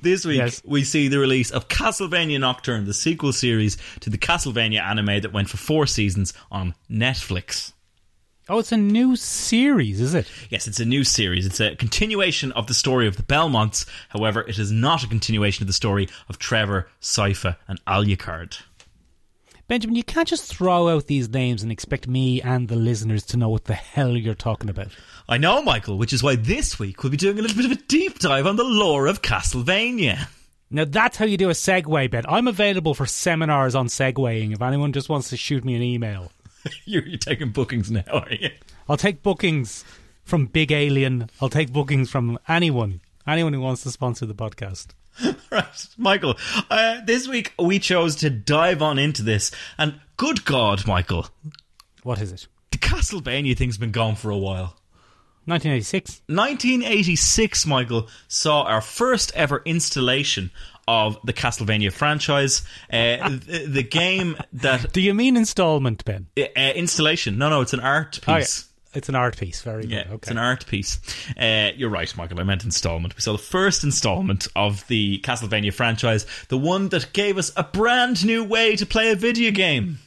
this week
Yes.
we see the release of Castlevania Nocturne, the sequel series to the Castlevania anime that went for four seasons on Netflix.
Oh, it's a new series, is it?
Yes, it's a new series. It's a continuation of the story of the Belmonts. However, it is not a continuation of the story of Trevor, Sypha, and Alucard.
Benjamin, you can't just throw out these names and expect me and the listeners to know what the hell you're talking about.
I know, Michael, which is why this week we'll be doing a little bit of a deep dive on the lore of Castlevania.
Now, that's how you do a segue, Ben. I'm available for seminars on segueing if anyone just wants to shoot me an email.
You're, you're taking bookings now, are you?
I'll take bookings from Big Alien, I'll take bookings from anyone, anyone who wants to sponsor the podcast.
Right, Michael. Uh, this week we chose to dive on into this, and good God, Michael,
What is it?
the Castlevania thing's been gone for a while.
1986.
1986, Michael, saw our first ever installation of the Castlevania franchise. Uh, the, the game that.
Do you mean installment, Ben?
Uh, installation. No, no, it's an art
Oh, yeah.
piece.
It's an art piece. Very good.
Yeah,
okay.
it's an art piece. Uh, you're right, Michael. I meant installment. We saw the first installment of the Castlevania franchise, the one that gave us a brand new way to play a video game.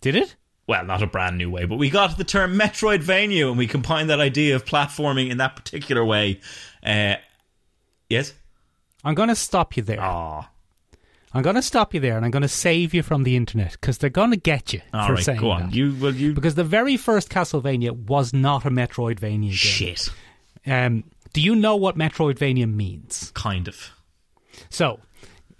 Did it?
Well, not a brand new way, but we got the term Metroidvania, and we combined that idea of platforming in that particular way. Uh, yes.
I'm going to stop you there.
Ah.
I'm going to stop you there and I'm going to save you from the internet because they're going to get you
All
for
right,
saying
go on.
that.
You will you
because the very first Castlevania was not a Metroidvania game.
shit.
Um, do you know what Metroidvania means?
Kind of.
So,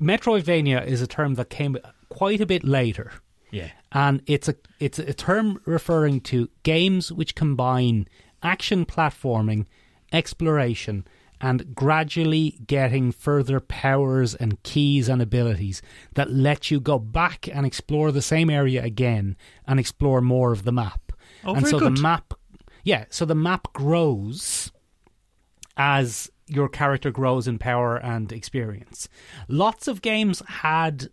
Metroidvania is a term that came quite a bit later,
Yeah.
and it's a it's a term referring to games which combine action platforming, exploration, and gradually getting further powers and keys and abilities that let you go back and explore the same area again and explore more of the map.
Oh,
and
very
so
good.
the map yeah, so the map grows as your character grows in power and experience. Lots of games had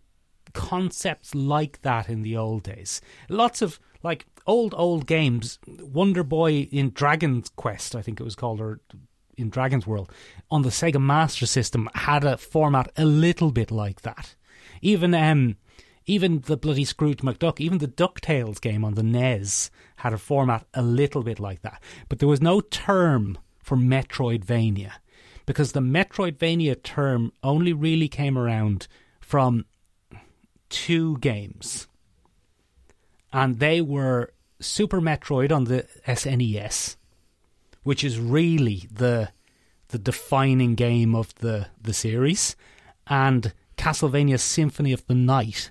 concepts like that in the old days. Lots of like old old games. Wonder Boy in Dragon's Quest, I think it was called, or in Dragon's World on the Sega Master System had a format a little bit like that. Even um, even the bloody Scrooge McDuck, even the Ducktales game on the NES had a format a little bit like that. But there was no term for Metroidvania because the Metroidvania term only really came around from two games, and they were Super Metroid on the SNES which is really the the defining game of the the series, and Castlevania Symphony of the Night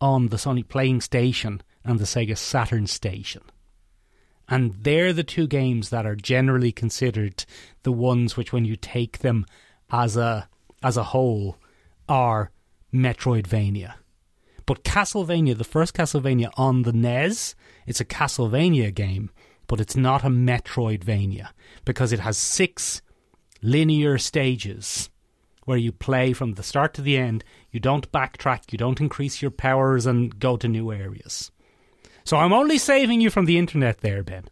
on the Sony Playing Station and the Sega Saturn Station. And they're the two games that are generally considered the ones which when you take them as a as a whole are Metroidvania. But Castlevania, the first Castlevania on the NES, it's a Castlevania game, but it's not a Metroidvania because it has six linear stages where you play from the start to the end. You don't backtrack, you don't increase your powers and go to new areas. So I'm only saving you from the internet there, Ben.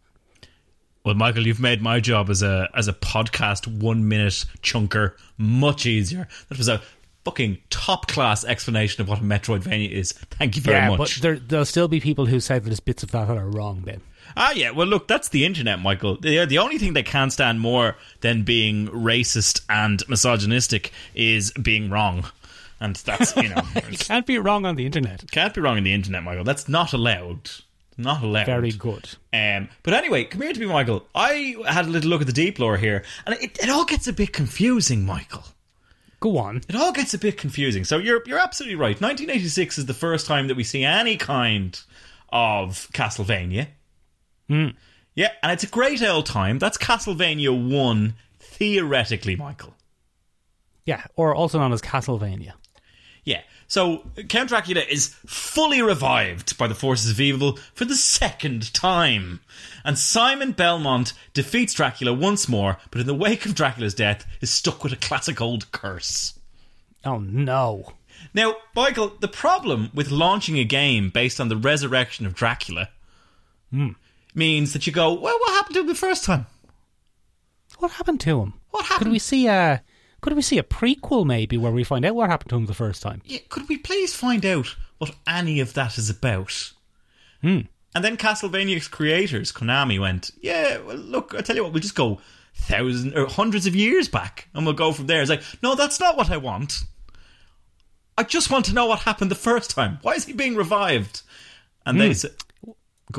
Well, Michael, you've made my job as a as a podcast one minute chunker much easier. That was a fucking top class explanation of what a Metroidvania is. Thank you very
yeah,
much.
but there, there'll still be people who say that there's bits of that that are wrong, Ben.
Ah, yeah. Well, look, that's the internet, Michael. The, the only thing they can stand more than being racist and misogynistic is being wrong. And that's, you know,
You
it's-
can't be wrong on the internet.
can't be wrong in the internet, Michael. That's not allowed. Not allowed.
Very good.
Um, but anyway, come here to me, Michael. I had a little look at the deep lore here, and it, it all gets a bit confusing, Michael.
Go on.
It all gets a bit confusing. So you're you're absolutely right. 1986 is the first time that we see any kind of Castlevania. Yeah, and it's a great old time. That's Castlevania 1 theoretically, Michael.
Yeah, or also known as Castlevania.
Yeah. So Count Dracula is fully revived by the forces of evil for the second time. And Simon Belmont defeats Dracula once more, but in the wake of Dracula's death is stuck with a classic old curse.
Oh no.
Now, Michael, the problem with launching a game based on the resurrection of Dracula means that you go, well, what happened to him the first time?
What happened to him?
What happened?
Could we see a could we see a prequel maybe where we find out what happened to him the first time?
Yeah, could we please find out what any of that is about? And then Castlevania's creators, Konami, went, yeah, well, look, I tell you what, we'll just go thousands or hundreds of years back, and we'll go from there. It's like, no, that's not what I want. I just want to know what happened the first time. Why is he being revived? And they said,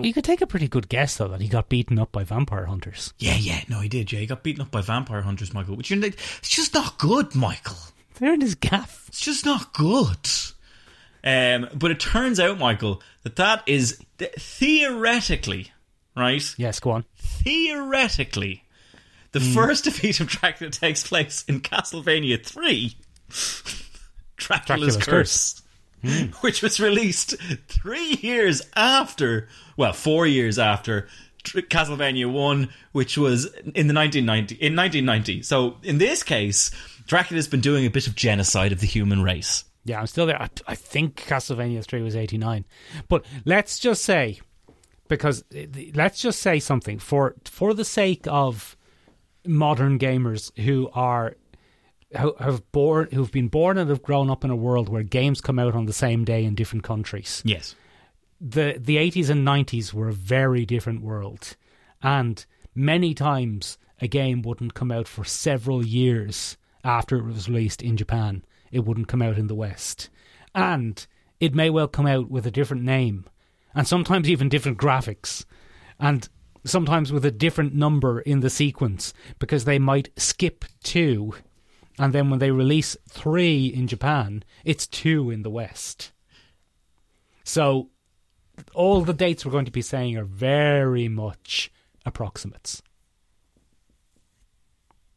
You could take a pretty good guess though that he got beaten up by vampire hunters.
yeah, yeah, no, he did. Yeah, he got beaten up by vampire hunters, Michael. Which you're like, it's just not good, Michael.
They're in his gaff.
it's just not good. Um, but it turns out, Michael, that that is th- theoretically, right?
Yes, go on.
Theoretically, the first defeat of Dracula takes place in Castlevania 3 Dracula's,
Dracula's
Curse, which was released three years after, well, four years after. Tr- Castlevania 1, which was in the 1990, in 1990. So in this case, Dracula's been doing a bit of genocide of the human race.
Yeah, I'm still there. I, I think Castlevania 3 was 89. But let's just say because eh, let's just say something for for the sake of modern gamers who are who have born who've been born and have grown up in a world where games come out on the same day in different countries.
Yes.
the the 80s and 90s were a very different world and many times a game wouldn't come out for several years after it was released in Japan it wouldn't come out in the west and it may well come out with a different name and sometimes even different graphics and sometimes with a different number in the sequence because they might skip 2 and then when they release 3 in Japan it's 2 in the west so all the dates we're going to be saying are very much approximates.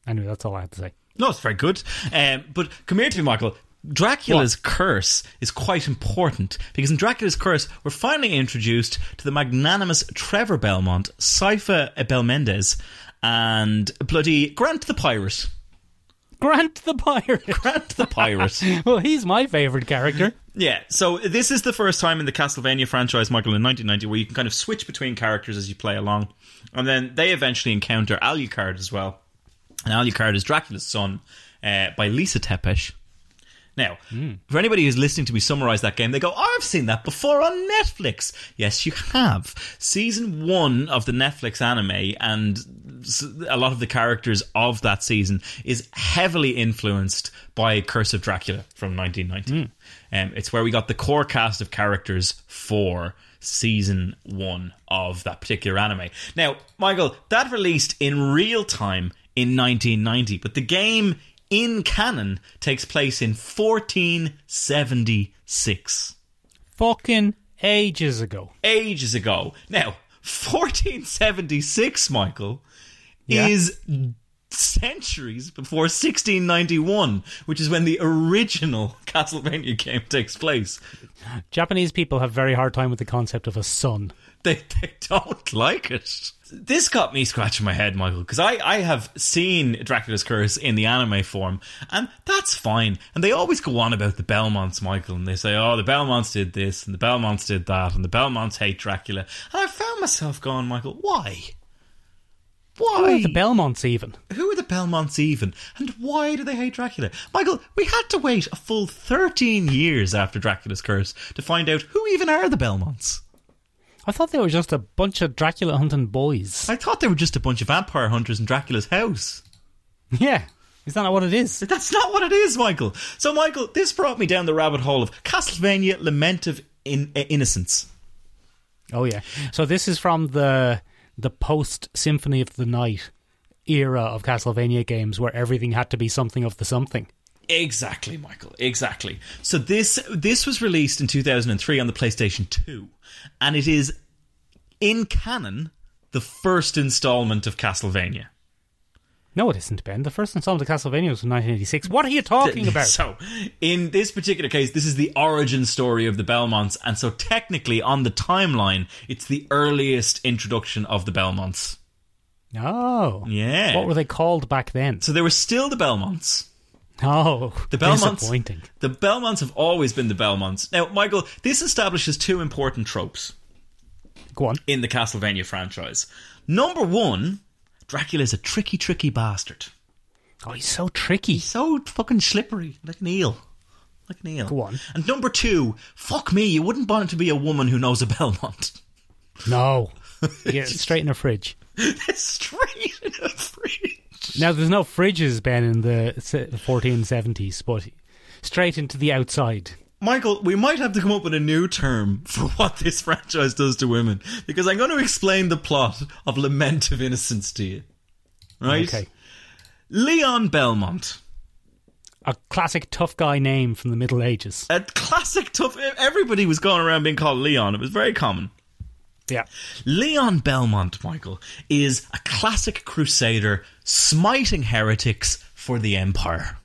Anyway, that's all I had to say.
No, it's very good. Um, but come here to me, Michael. Dracula's curse is quite important because in Dracula's curse, we're finally introduced to the magnanimous Trevor Belmont, Sypha Belmendez, and bloody Grant the Pirate.
Grant the Pirate.
Grant the Pirate.
well, he's my favourite character.
Yeah, so this is the first time in the Castlevania franchise, Michael, in 1990, where you can kind of switch between characters as you play along. And then they eventually encounter Alucard as well. And Alucard is Dracula's son uh, by Lisa Tepesh. Now, for anybody who's listening to me summarize that game, they go, I've seen that before on Netflix. Yes, you have. Season one of the Netflix anime, and s- a lot of the characters of that season, is heavily influenced by Curse of Dracula from 1990. Um, it's where we got the core cast of characters for season one of that particular anime. Now, Michael, that released in real time in 1990, but the game in canon takes place in 1476
Fucking ages ago.
ages ago now 1476 michael
Yeah.
is centuries before 1691 which is when the original castlevania game takes place
Japanese people have very hard time with the concept of a son.
they, they don't like it. This got me scratching my head, Michael, because I, I have seen Dracula's Curse in the anime form, and that's fine. And they always go on about the Belmonts, Michael, and they say, oh, the Belmonts did this, and the Belmonts did that, and the Belmonts hate Dracula. And I found myself going, Michael, why? Why?
Or the Belmonts even.
Who are the Belmonts even? And why do they hate Dracula? Michael, we had to wait a full 13 years after Dracula's Curse to find out who even are the Belmonts.
I thought they were just a bunch of Dracula hunting boys.
I thought they were just a bunch of vampire hunters in Dracula's house.
Yeah. Is that not what it is?
That's not what it is, Michael. So, Michael, this brought me down the rabbit hole of Castlevania Lament of in- uh, Innocence.
Oh yeah. So this is from the the post Symphony of the Night era of Castlevania games where everything had to be something of the something.
Exactly, Michael. Exactly. So this this was released in 2003 on the PlayStation 2, and it is in canon the first installment of Castlevania.
No, it isn't, Ben. The first installment of Castlevania was from 1986. What are you talking about?
So, in this particular case, this is the origin story of the Belmonts, and so technically, on the timeline, it's the earliest introduction of the Belmonts.
oh.
Yeah.
What were they called back then?
So there were still the Belmonts.
Oh.
The Belmonts.
Disappointing.
The Belmonts have always been the Belmonts. Now, Michael, this establishes two important tropes
Go on.
in the Castlevania franchise. Number one, Dracula's a tricky, tricky bastard.
Oh, he's so tricky.
So fucking slippery, like an eel. Like an eel.
Go on.
And number two, fuck me, you wouldn't want it to be a woman who knows a Belmont.
No. Yeah, straight in a fridge.
It's straight in a fridge.
Now, there's no fridges, Ben, in the se- 1470s, but straight into the outside.
Michael, we might have to come up with a new term for what this franchise does to women because I'm going to explain the plot of Lament of Innocence to you. Right?
Okay.
Leon Belmont.
A classic tough guy name from the Middle Ages.
A classic tough. Everybody was going around being called Leon. It was very common.
Yeah.
Leon Belmont, Michael, is a classic crusader smiting heretics for the Empire.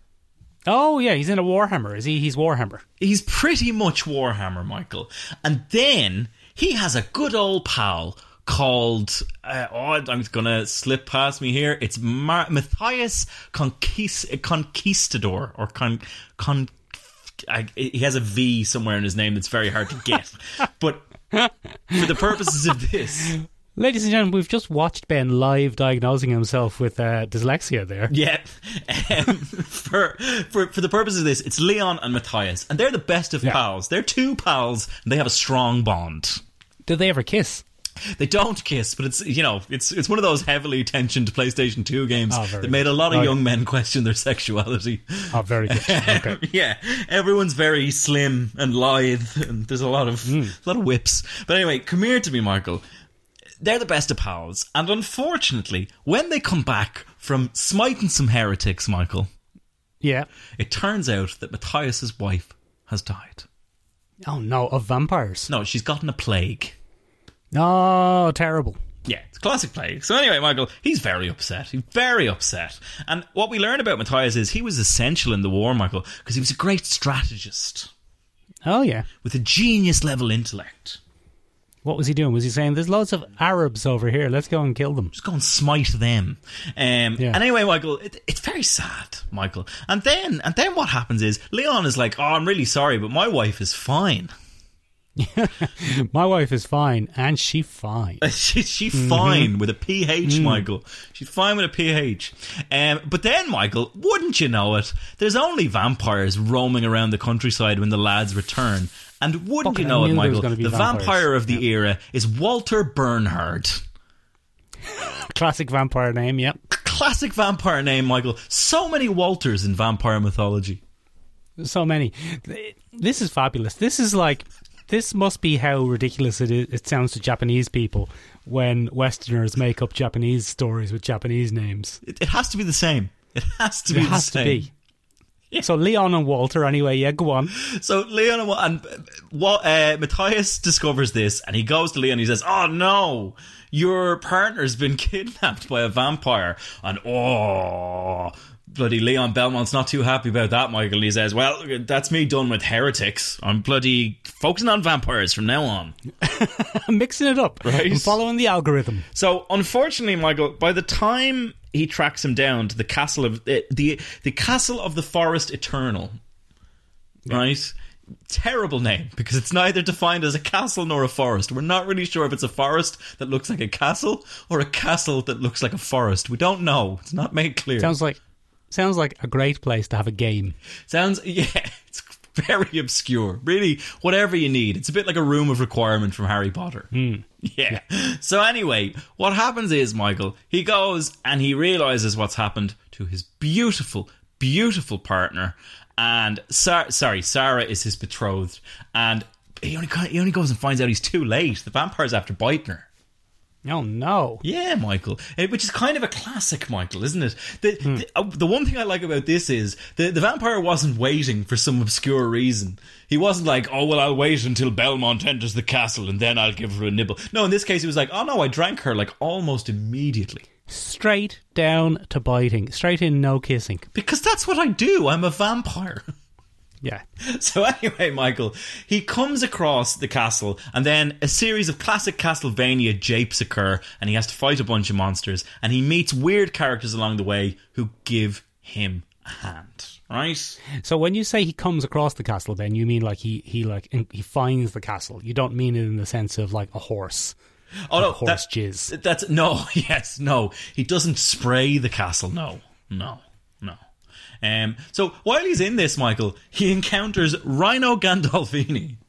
Oh, yeah, he's in a Warhammer, is he? He's Warhammer.
He's pretty much Warhammer, Michael. And then he has a good old pal called. Uh, oh, I'm going to slip past me here. It's Mar- Matthias Conquist- Conquistador or Con. Con- I, he has a V somewhere in his name that's very hard to get. but for the purposes of this,
Ladies and gentlemen, we've just watched Ben live diagnosing himself with uh, dyslexia there.
Yeah. Um, for, for for the purpose of this, it's Leon and Matthias, and they're the best of
Yeah.
pals. They're two pals, and they have a strong bond.
Did they ever kiss?
They don't kiss, but it's you know it's it's one of those heavily tensioned PlayStation Two games
Oh, very
that made a lot of
good.
young men question their sexuality.
Oh, very good. Okay.
yeah, everyone's very slim and lithe, and there's a lot of
Hmm.
a lot of whips. But anyway, come here to me, Michael. They're the best of pals, and unfortunately, when they come back from smiting some heretics, Michael,
Yeah.
it turns out that Matthias's wife has died.
Oh, no, of vampires.
No, she's gotten a plague.
No, terrible.
Yeah, it's a classic plague. So anyway, Michael, he's very upset. He's very upset. And what we learn about Matthias is he was essential in the war, Michael, because he was a great strategist
Oh, yeah.
with a genius level intellect.
What was he doing? Was he saying, there's loads of Arabs over here, let's go and kill them?
just go and smite them. Um,
Yeah.
And anyway, Michael, it, it's very sad, Michael. And then, and then what happens is Leon is like, "Oh, I'm really sorry, but my wife is fine.
My wife is fine, and she fine.
she, she's
Mm-hmm.
fine with a ph,
Mm.
Michael. She's fine with a ph. Um, but then, Michael, wouldn't you know it? There's only vampires roaming around the countryside when the lads return." And wouldn't you
Fucking- I
know it,
knew there was
Michael?
gonna be
The
vampires.
vampire of the era is Walter Bernhard.
Classic vampire name, yep.
Classic vampire name, Michael. So many Walters in vampire mythology.
So many. This is fabulous. This is like, this must be how ridiculous it, is, it sounds to Japanese people when Westerners make up Japanese stories with Japanese names.
It, it has to be the same. It has to be
It
the
has to
same.
be. So Leon and Walter, anyway, yeah, go on.
So Leon and, Wa- and uh, Wa- uh, Matthias discovers this, and he goes to Leon. He says, "Oh no, your partner's been kidnapped by a vampire." And oh, bloody Leon Belmont's not too happy about that. Michael, he says, "Well, that's me done with heretics. I'm bloody focusing on vampires from now on."
I'm mixing it up.
Right.
I'm following the algorithm.
So unfortunately, Michael, by the time he tracks him down to the castle of the the, the castle of the forest eternal, right? Terrible name because it's neither defined as a castle nor a forest. We're not really sure if it's a forest that looks like a castle or a castle that looks like a forest. We don't know. It's not made clear.
Sounds like sounds like a great place to have a game.
Sounds yeah, it's very obscure. Really, whatever you need. It's a bit like a room of requirement from Harry Potter. Yeah. So anyway, what happens is Michael, he goes and he realizes what's happened to his beautiful, beautiful partner and Sar- sorry, Sarah is his betrothed and he only he only goes and finds out he's too late. The vampire's after biting her.
Oh no.
Yeah, Michael, Eh, which is kind of a classic, Michael, isn't it? The, the, uh, the one thing I like about this is the, the vampire wasn't waiting for some obscure reason. He wasn't like, oh, well, I'll wait until Belmont enters the castle and then I'll give her a nibble. No, in this case, he was like, oh, no, I drank her like almost immediately.
Straight down to biting. Straight in no kissing.
Because that's what I do. I'm a vampire.
Yeah.
So anyway, Michael, he comes across the castle, and then a series of classic Castlevania japes occur, and he has to fight a bunch of monsters, and he meets weird characters along the way who give him a hand. Right?
So when you say he comes across the castle then you mean like he he like in- he finds the castle. You don't mean it in the sense of like a horse.
Oh no,
horse jizz.
That's no, yes, no. He doesn't spray the castle. No, no, no. Um, so while he's in this, Michael, he encounters Rhino Gandolfini.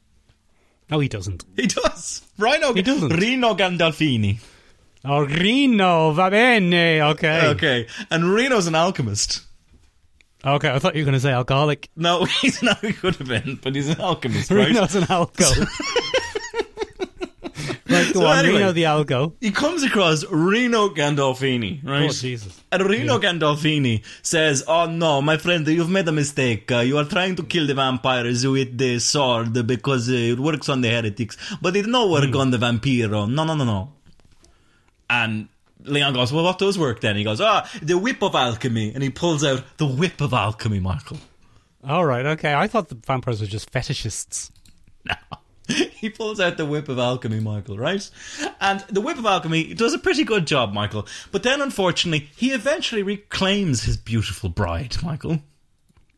No he doesn't.
He does. Rhino. He
doesn't.
Rhino Gandolfini.
Oh Reno, va bene, okay. Okay,
Okay, and Reno's an alchemist.
I thought you were gonna say alcoholic.
No, he's not. He could have been, but he's an alchemist, right?
Reno's an alco. right, go
So
on,
anyway-
Reno the alco.
He comes across Reno Gandolfini, right?
Oh, Jesus.
And Reno Gandolfini says, "Oh no, my friend, you've made a mistake. Uh, you are trying to kill the vampires with the sword because uh, it works on the heretics, but it no work on the vampiro. No, no, no, no." And Leon goes, "Well, what does work then?" He goes, "Ah, the whip of alchemy," and he pulls out the whip of alchemy, Michael.
All right, okay. I thought the vampires were just fetishists.
No. He pulls out the whip of alchemy, Michael, right? And the whip of alchemy does a pretty good job, Michael. But then, unfortunately, he eventually reclaims his beautiful bride, Michael.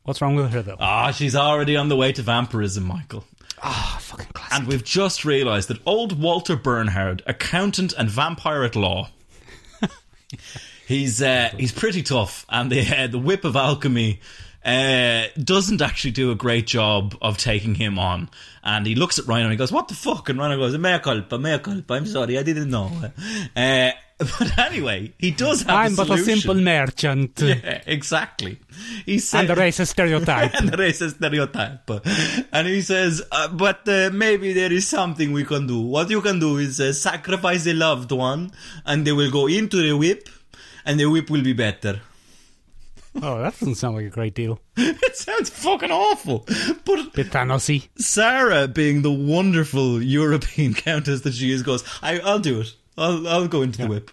What's wrong with her though?
Ah, she's already on the way to vampirism, Michael.
Ah, fucking classic.
And we've just realised that old Walter Bernhard, accountant and vampire at law, he's uh, he's pretty tough, and the uh, the whip of alchemy uh, doesn't actually do a great job of taking him on. And he looks at Rhino and he goes, "What the fuck?" And Rhino goes, "Mea culpa, mea culpa. I'm sorry, I didn't know." Uh, but anyway, he does have
I'm
a
but a
solution.
simple merchant.
Yeah, exactly. He said,
And the racist stereotype.
and the racist stereotype. And he says, uh, but uh, maybe there is something we can do. What you can do is uh, sacrifice a loved one, and they will go into the whip, and the whip will be better.
oh, that doesn't sound like a great deal.
it sounds fucking awful. But
Bit Thanosy.
Sarah, being the wonderful European countess that she is, goes, I, I'll do it. I'll, I'll go into the whip.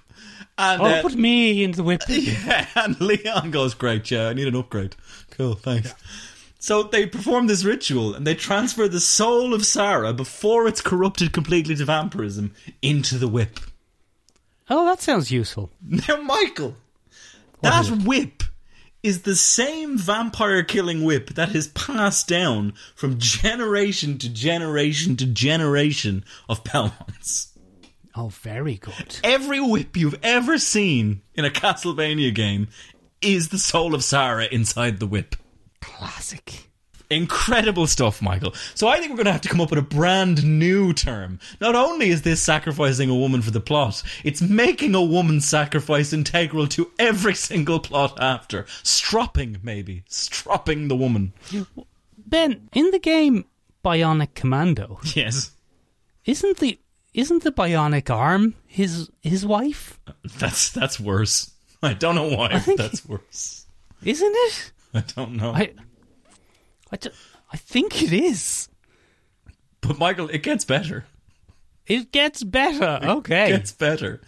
And,
Oh,
uh,
put me into the whip.
Yeah, and Leon goes, great, yeah, I need an upgrade. Cool, thanks. So they perform this ritual and they transfer the soul of Sarah before it's corrupted completely to vampirism into the whip.
Oh, that sounds useful.
Now, Michael,
What
that
is
whip is the same vampire killing whip that is passed down from generation to generation to generation of Belmonts.
Oh, very good.
Every whip you've ever seen in a Castlevania game is the soul of Sarah inside the whip.
Classic.
Incredible stuff, Michael. So I think we're going to have to come up with a brand new term. Not only is this sacrificing a woman for the plot, it's making a woman's sacrifice integral to every single plot after. Stropping, maybe. Stropping the woman.
Ben, in the game Bionic Commando,
Yes.
isn't the isn't the bionic arm his his wife?
That's that's worse. I don't know why but that's worse.
Isn't it?
I don't know.
I I, ju- I think it is.
But Michael, it gets better.
It gets better. Okay.
gets better.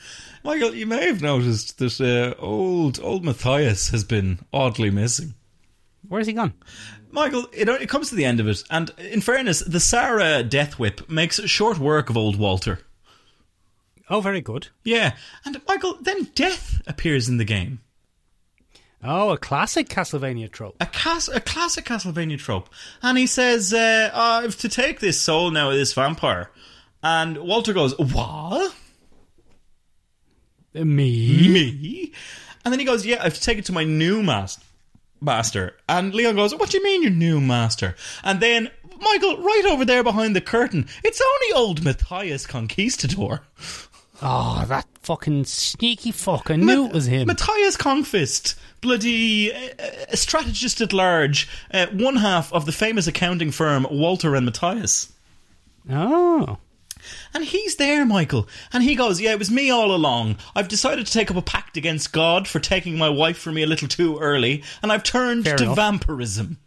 Michael, you may have noticed that uh, old old Matthias has been oddly missing.
Where's he gone?
Michael, it, it comes to the end of it, and in fairness, the Sarah death whip makes short work of old Walter.
Oh, very good.
Yeah, and Michael, then death appears in the game.
Oh, a classic Castlevania trope.
A, cas- a classic Castlevania trope. And he says, uh, I have to take this soul now of this vampire. And Walter goes, What?
Uh, Me?
me? And then he goes, yeah, I've taken to my new mas- master. And Leon goes, what do you mean your new master? And then, Michael, right over there behind the curtain, it's only old Matthias Conquistador.
Oh, that fucking sneaky fuck. I knew it was him.
Matthias Conquist, bloody uh, uh, strategist at large, uh, one half of the famous accounting firm Walter and Matthias.
oh.
And he's there, Michael. And he goes, Yeah, it was me all along. I've decided to take up a pact against God for taking my wife from me a little too early, and I've turned
Fair
to
enough.
vampirism.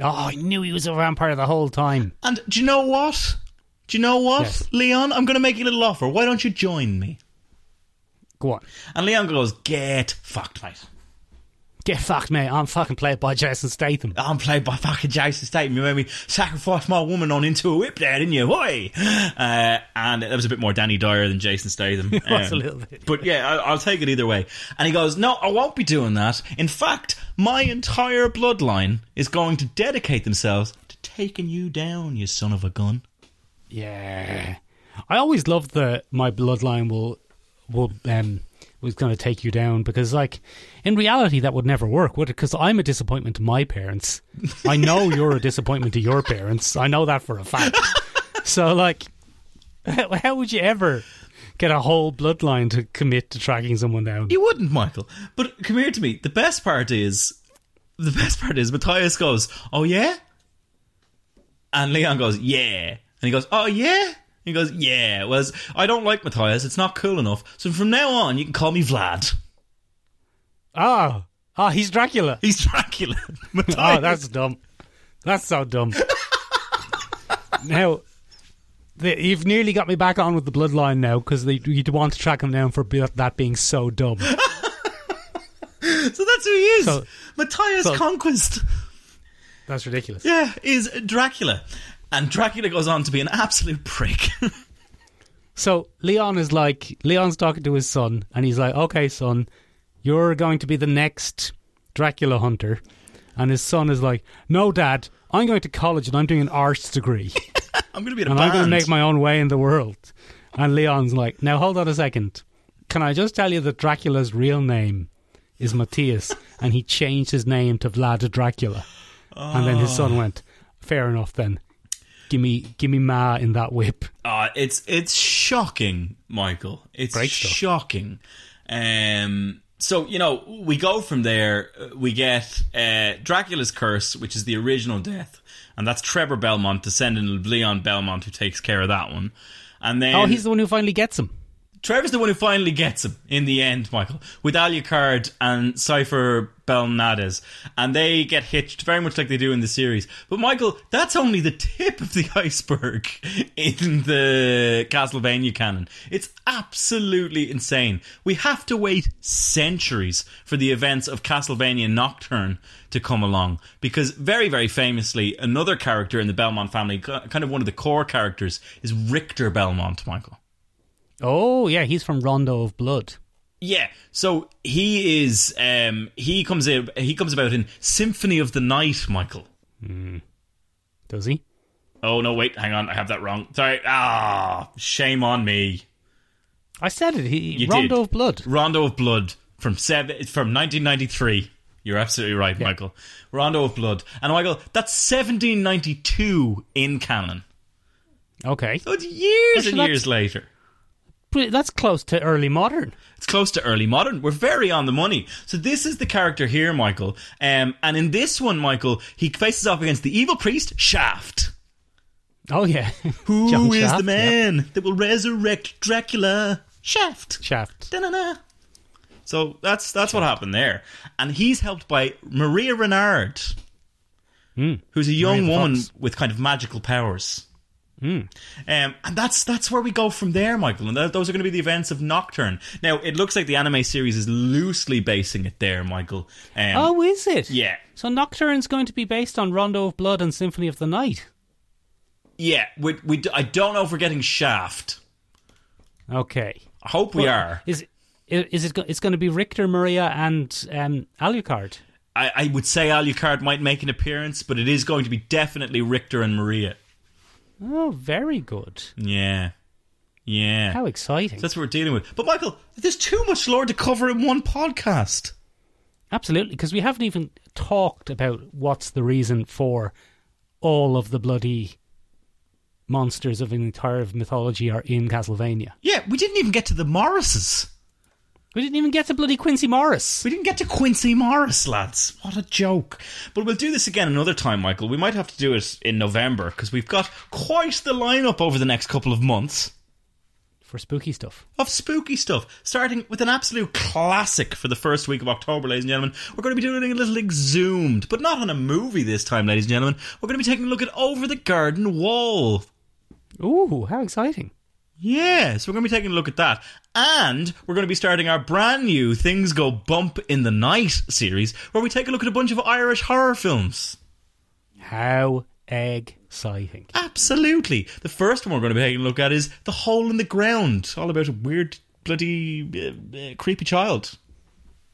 Oh, I knew he was a vampire the whole time.
And do you know what? Do you know what,
Yes.
Leon? I'm going to make you a little offer. Why don't you join me?
Go on.
And Leon goes, Get fucked, mate.
Get fucked, mate. I'm fucking played by Jason Statham.
I'm played by fucking Jason Statham. You made me sacrifice my woman on into a whip there, didn't you? Why? Uh, and that was a bit more Danny Dyer than Jason Statham. it
was a little bit.
But yeah, I, I'll take it either way. And he goes, No, I won't be doing that. In fact, my entire bloodline is going to dedicate themselves to taking you down, you son of a gun.
Yeah. I always loved that my bloodline will will um was going to take you down because like in reality that would never work would it because i'm a disappointment to my parents i know you're a disappointment to your parents i know that for a fact so like how how would you ever get a whole bloodline to commit to tracking someone down
You wouldn't, Michael. But come here to me. The best part is, the best part is Matthias goes, "Oh yeah," and Leon goes, "Yeah," and he goes, "Oh yeah." He goes, yeah. Whereas I don't like Matthias. It's not cool enough. So from now on, you can call me Vlad.
ah ah he's dracula
He's Dracula. Matthias.
Oh, that's dumb. That's so dumb. now, the, you've nearly got me back on with the bloodline now because you'd want to track him down for be- that being so dumb.
so that's who he is.
So-
Matthias
so-
Conquest.
That's ridiculous.
Yeah, is Dracula, and Dracula goes on to be an absolute prick.
So Leon is like, Leon's talking to his son, and he's like, "Okay, son, you're going to be the next Dracula hunter." And his son is like, "No, dad, I'm going to college and I'm doing an arts degree."
I'm going to be in a
and I'm
band.
going to make my own way in the world. And Leon's like, now hold on a second. Can I just tell you that Dracula's real name is Matthias, and he changed his name to Vlad Dracula? And then his
Ah.
son went, fair enough then. Give me, give me ma in that whip.
Uh, it's it's shocking, Michael. It's
Great stuff.
shocking. Um, so you know, we go from there. uh, We get uh, Dracula's curse, which is the original death, and that's Trevor Belmont, descendant of Leon Belmont, who takes care of that one. And then
Oh, he's the one who finally gets him.
Trevor's the one who finally gets him in the end, Michael, with Alucard and Cypher Belnades. And they get hitched very much like they do in the series. But, Michael, that's only the tip of the iceberg in the Castlevania canon. It's absolutely insane. We have to wait centuries for the events of Castlevania Nocturne to come along. Because, very, very famously, another character in the Belmont family, kind of one of the core characters, is Richter Belmont, Michael.
Oh, yeah, he's from Rondo of Blood.
Yeah, so he is. Um, he comes in. He comes about in Symphony of the Night, Michael.
Does he?
Oh no, wait, hang on, I have that wrong. Sorry. Ah, shame on me.
I said it. He,
You
Rondo
did.
of Blood.
Rondo of Blood from seven from 1993. You're absolutely right, Michael. Rondo of Blood, and Michael, that's 1792 in canon.
Okay.
So it's years
Oh, so
and
that's-
years later.
Pre- That's close to early modern.
It's close to early modern. We're very on the money. So this is the character here, Michael. Um, and in this one, Michael, he faces off against the evil priest Shaft.
Oh, yeah.
Who is
John Shaft,
the
yeah.
man that will resurrect Dracula? Shaft.
Shaft.
Da-na-na. So that's that's what happened there, and he's helped by Maria Renard, who's a young
Hmm. Maria the
woman
Fox. Hmm.
with kind of magical powers. Um, and that's that's where we go from there, Michael. And th- those are going to be the events of Nocturne. Now it looks like the anime series is loosely basing it there, Michael. Um,
Oh, is it?
yeah,
So Nocturne's going to be based on Rondo of Blood and Symphony of the Night.
yeah. We, we d- I don't know if we're getting Shaft.
Okay.
I hope we are.
Is i- is it? go- It's going to be Richter, Maria, and um, Alucard.
I, I would say Alucard might make an appearance, but it is going to be definitely Richter and Maria.
Oh, very good.
Yeah. Yeah.
How exciting!
That's what we're dealing with. But Michael, there's too much lore to cover in one podcast.
Absolutely, because we haven't even talked about what's the reason for all of the bloody monsters of an entire of mythology are in Castlevania.
Yeah, we didn't even get to the Morrises.
We didn't even get to bloody Quincy Morris.
We didn't get to Quincy Morris, lads. What a joke. But we'll do this again another time, Michael. We might have to do it in November because we've got quite the lineup over the next couple of months
For spooky stuff.
of spooky stuff. Starting with an absolute classic for the first week of October, ladies and gentlemen. We're going to be doing a little exhumed, but not on a movie this time, ladies and gentlemen. We're going to be taking a look at Over the Garden Wall
Ooh, how exciting.
Yeah, so we're going to be taking a look at that. And we're going to be starting our brand new Things Go Bump in the Night series, where we take a look at a bunch of Irish horror films.
How exciting.
Absolutely. The first one we're going to be taking a look at is The Hole in the Ground, all about a weird, bloody, uh, uh, creepy child.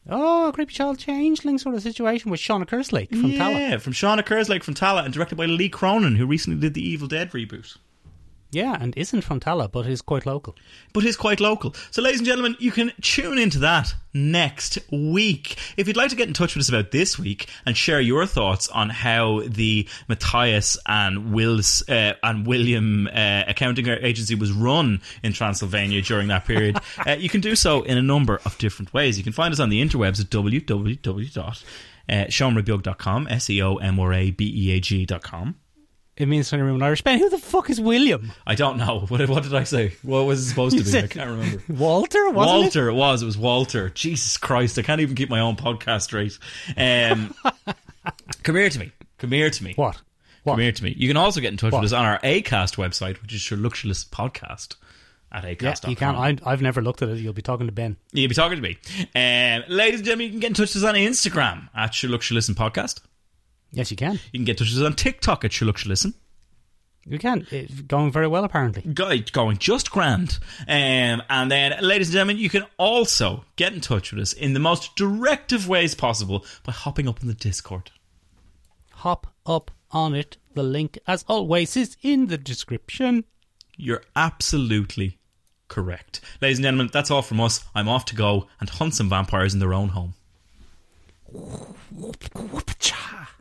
Oh, a creepy child changeling sort of situation with Shauna Kerslake from
yeah,
Tala.
from Shauna Kerslake from Tala and directed by Lee Cronin, who recently did the Evil Dead reboot.
Yeah, and isn't from Tala, but is quite local.
but is quite local. So, ladies and gentlemen, you can tune into that next week. If you'd like to get in touch with us about this week and share your thoughts on how the Matthias and Will's uh, and William uh, accounting agency was run in Transylvania during that period, uh, you can do so in a number of different ways. You can find us on the interwebs at www. Uh, seomrabeog.com, E S-E-O-M-R-A-B-E-A-G.com.
It means something in Irish. Ben, who the fuck is William?
I don't know. What, what did I say? What was it supposed to be?
You
I
said-
can't remember.
Walter, wasn't it?
Walter, it? was. It was Walter. Jesus Christ, I can't even keep my own podcast straight. Um, come here to me. Come here to me.
What?
Come
What?
here to me. You can also get in touch
What?
with us on our ACAST website, which is your Luxulous Podcast at
Yeah,
acast.com.
you can. I, I've never looked at it. You'll be talking to Ben.
You'll be talking to me. Um, ladies and gentlemen, you can get in touch with us on Instagram at Your Luxury Listen Podcast.
Yes, you can.
You can get in touch with us on TikTok at Your Luxury Listen.
You can. It's going very well, apparently.
Go- going just grand. Um, and then, ladies and gentlemen, you can also get in touch with us in the most directive ways possible by hopping up on the Discord.
Hop up on it. The link, as always, is in the description.
You're absolutely correct. Ladies and gentlemen, that's all from us. I'm off to go and hunt some vampires in their own home.
Whoop-cha.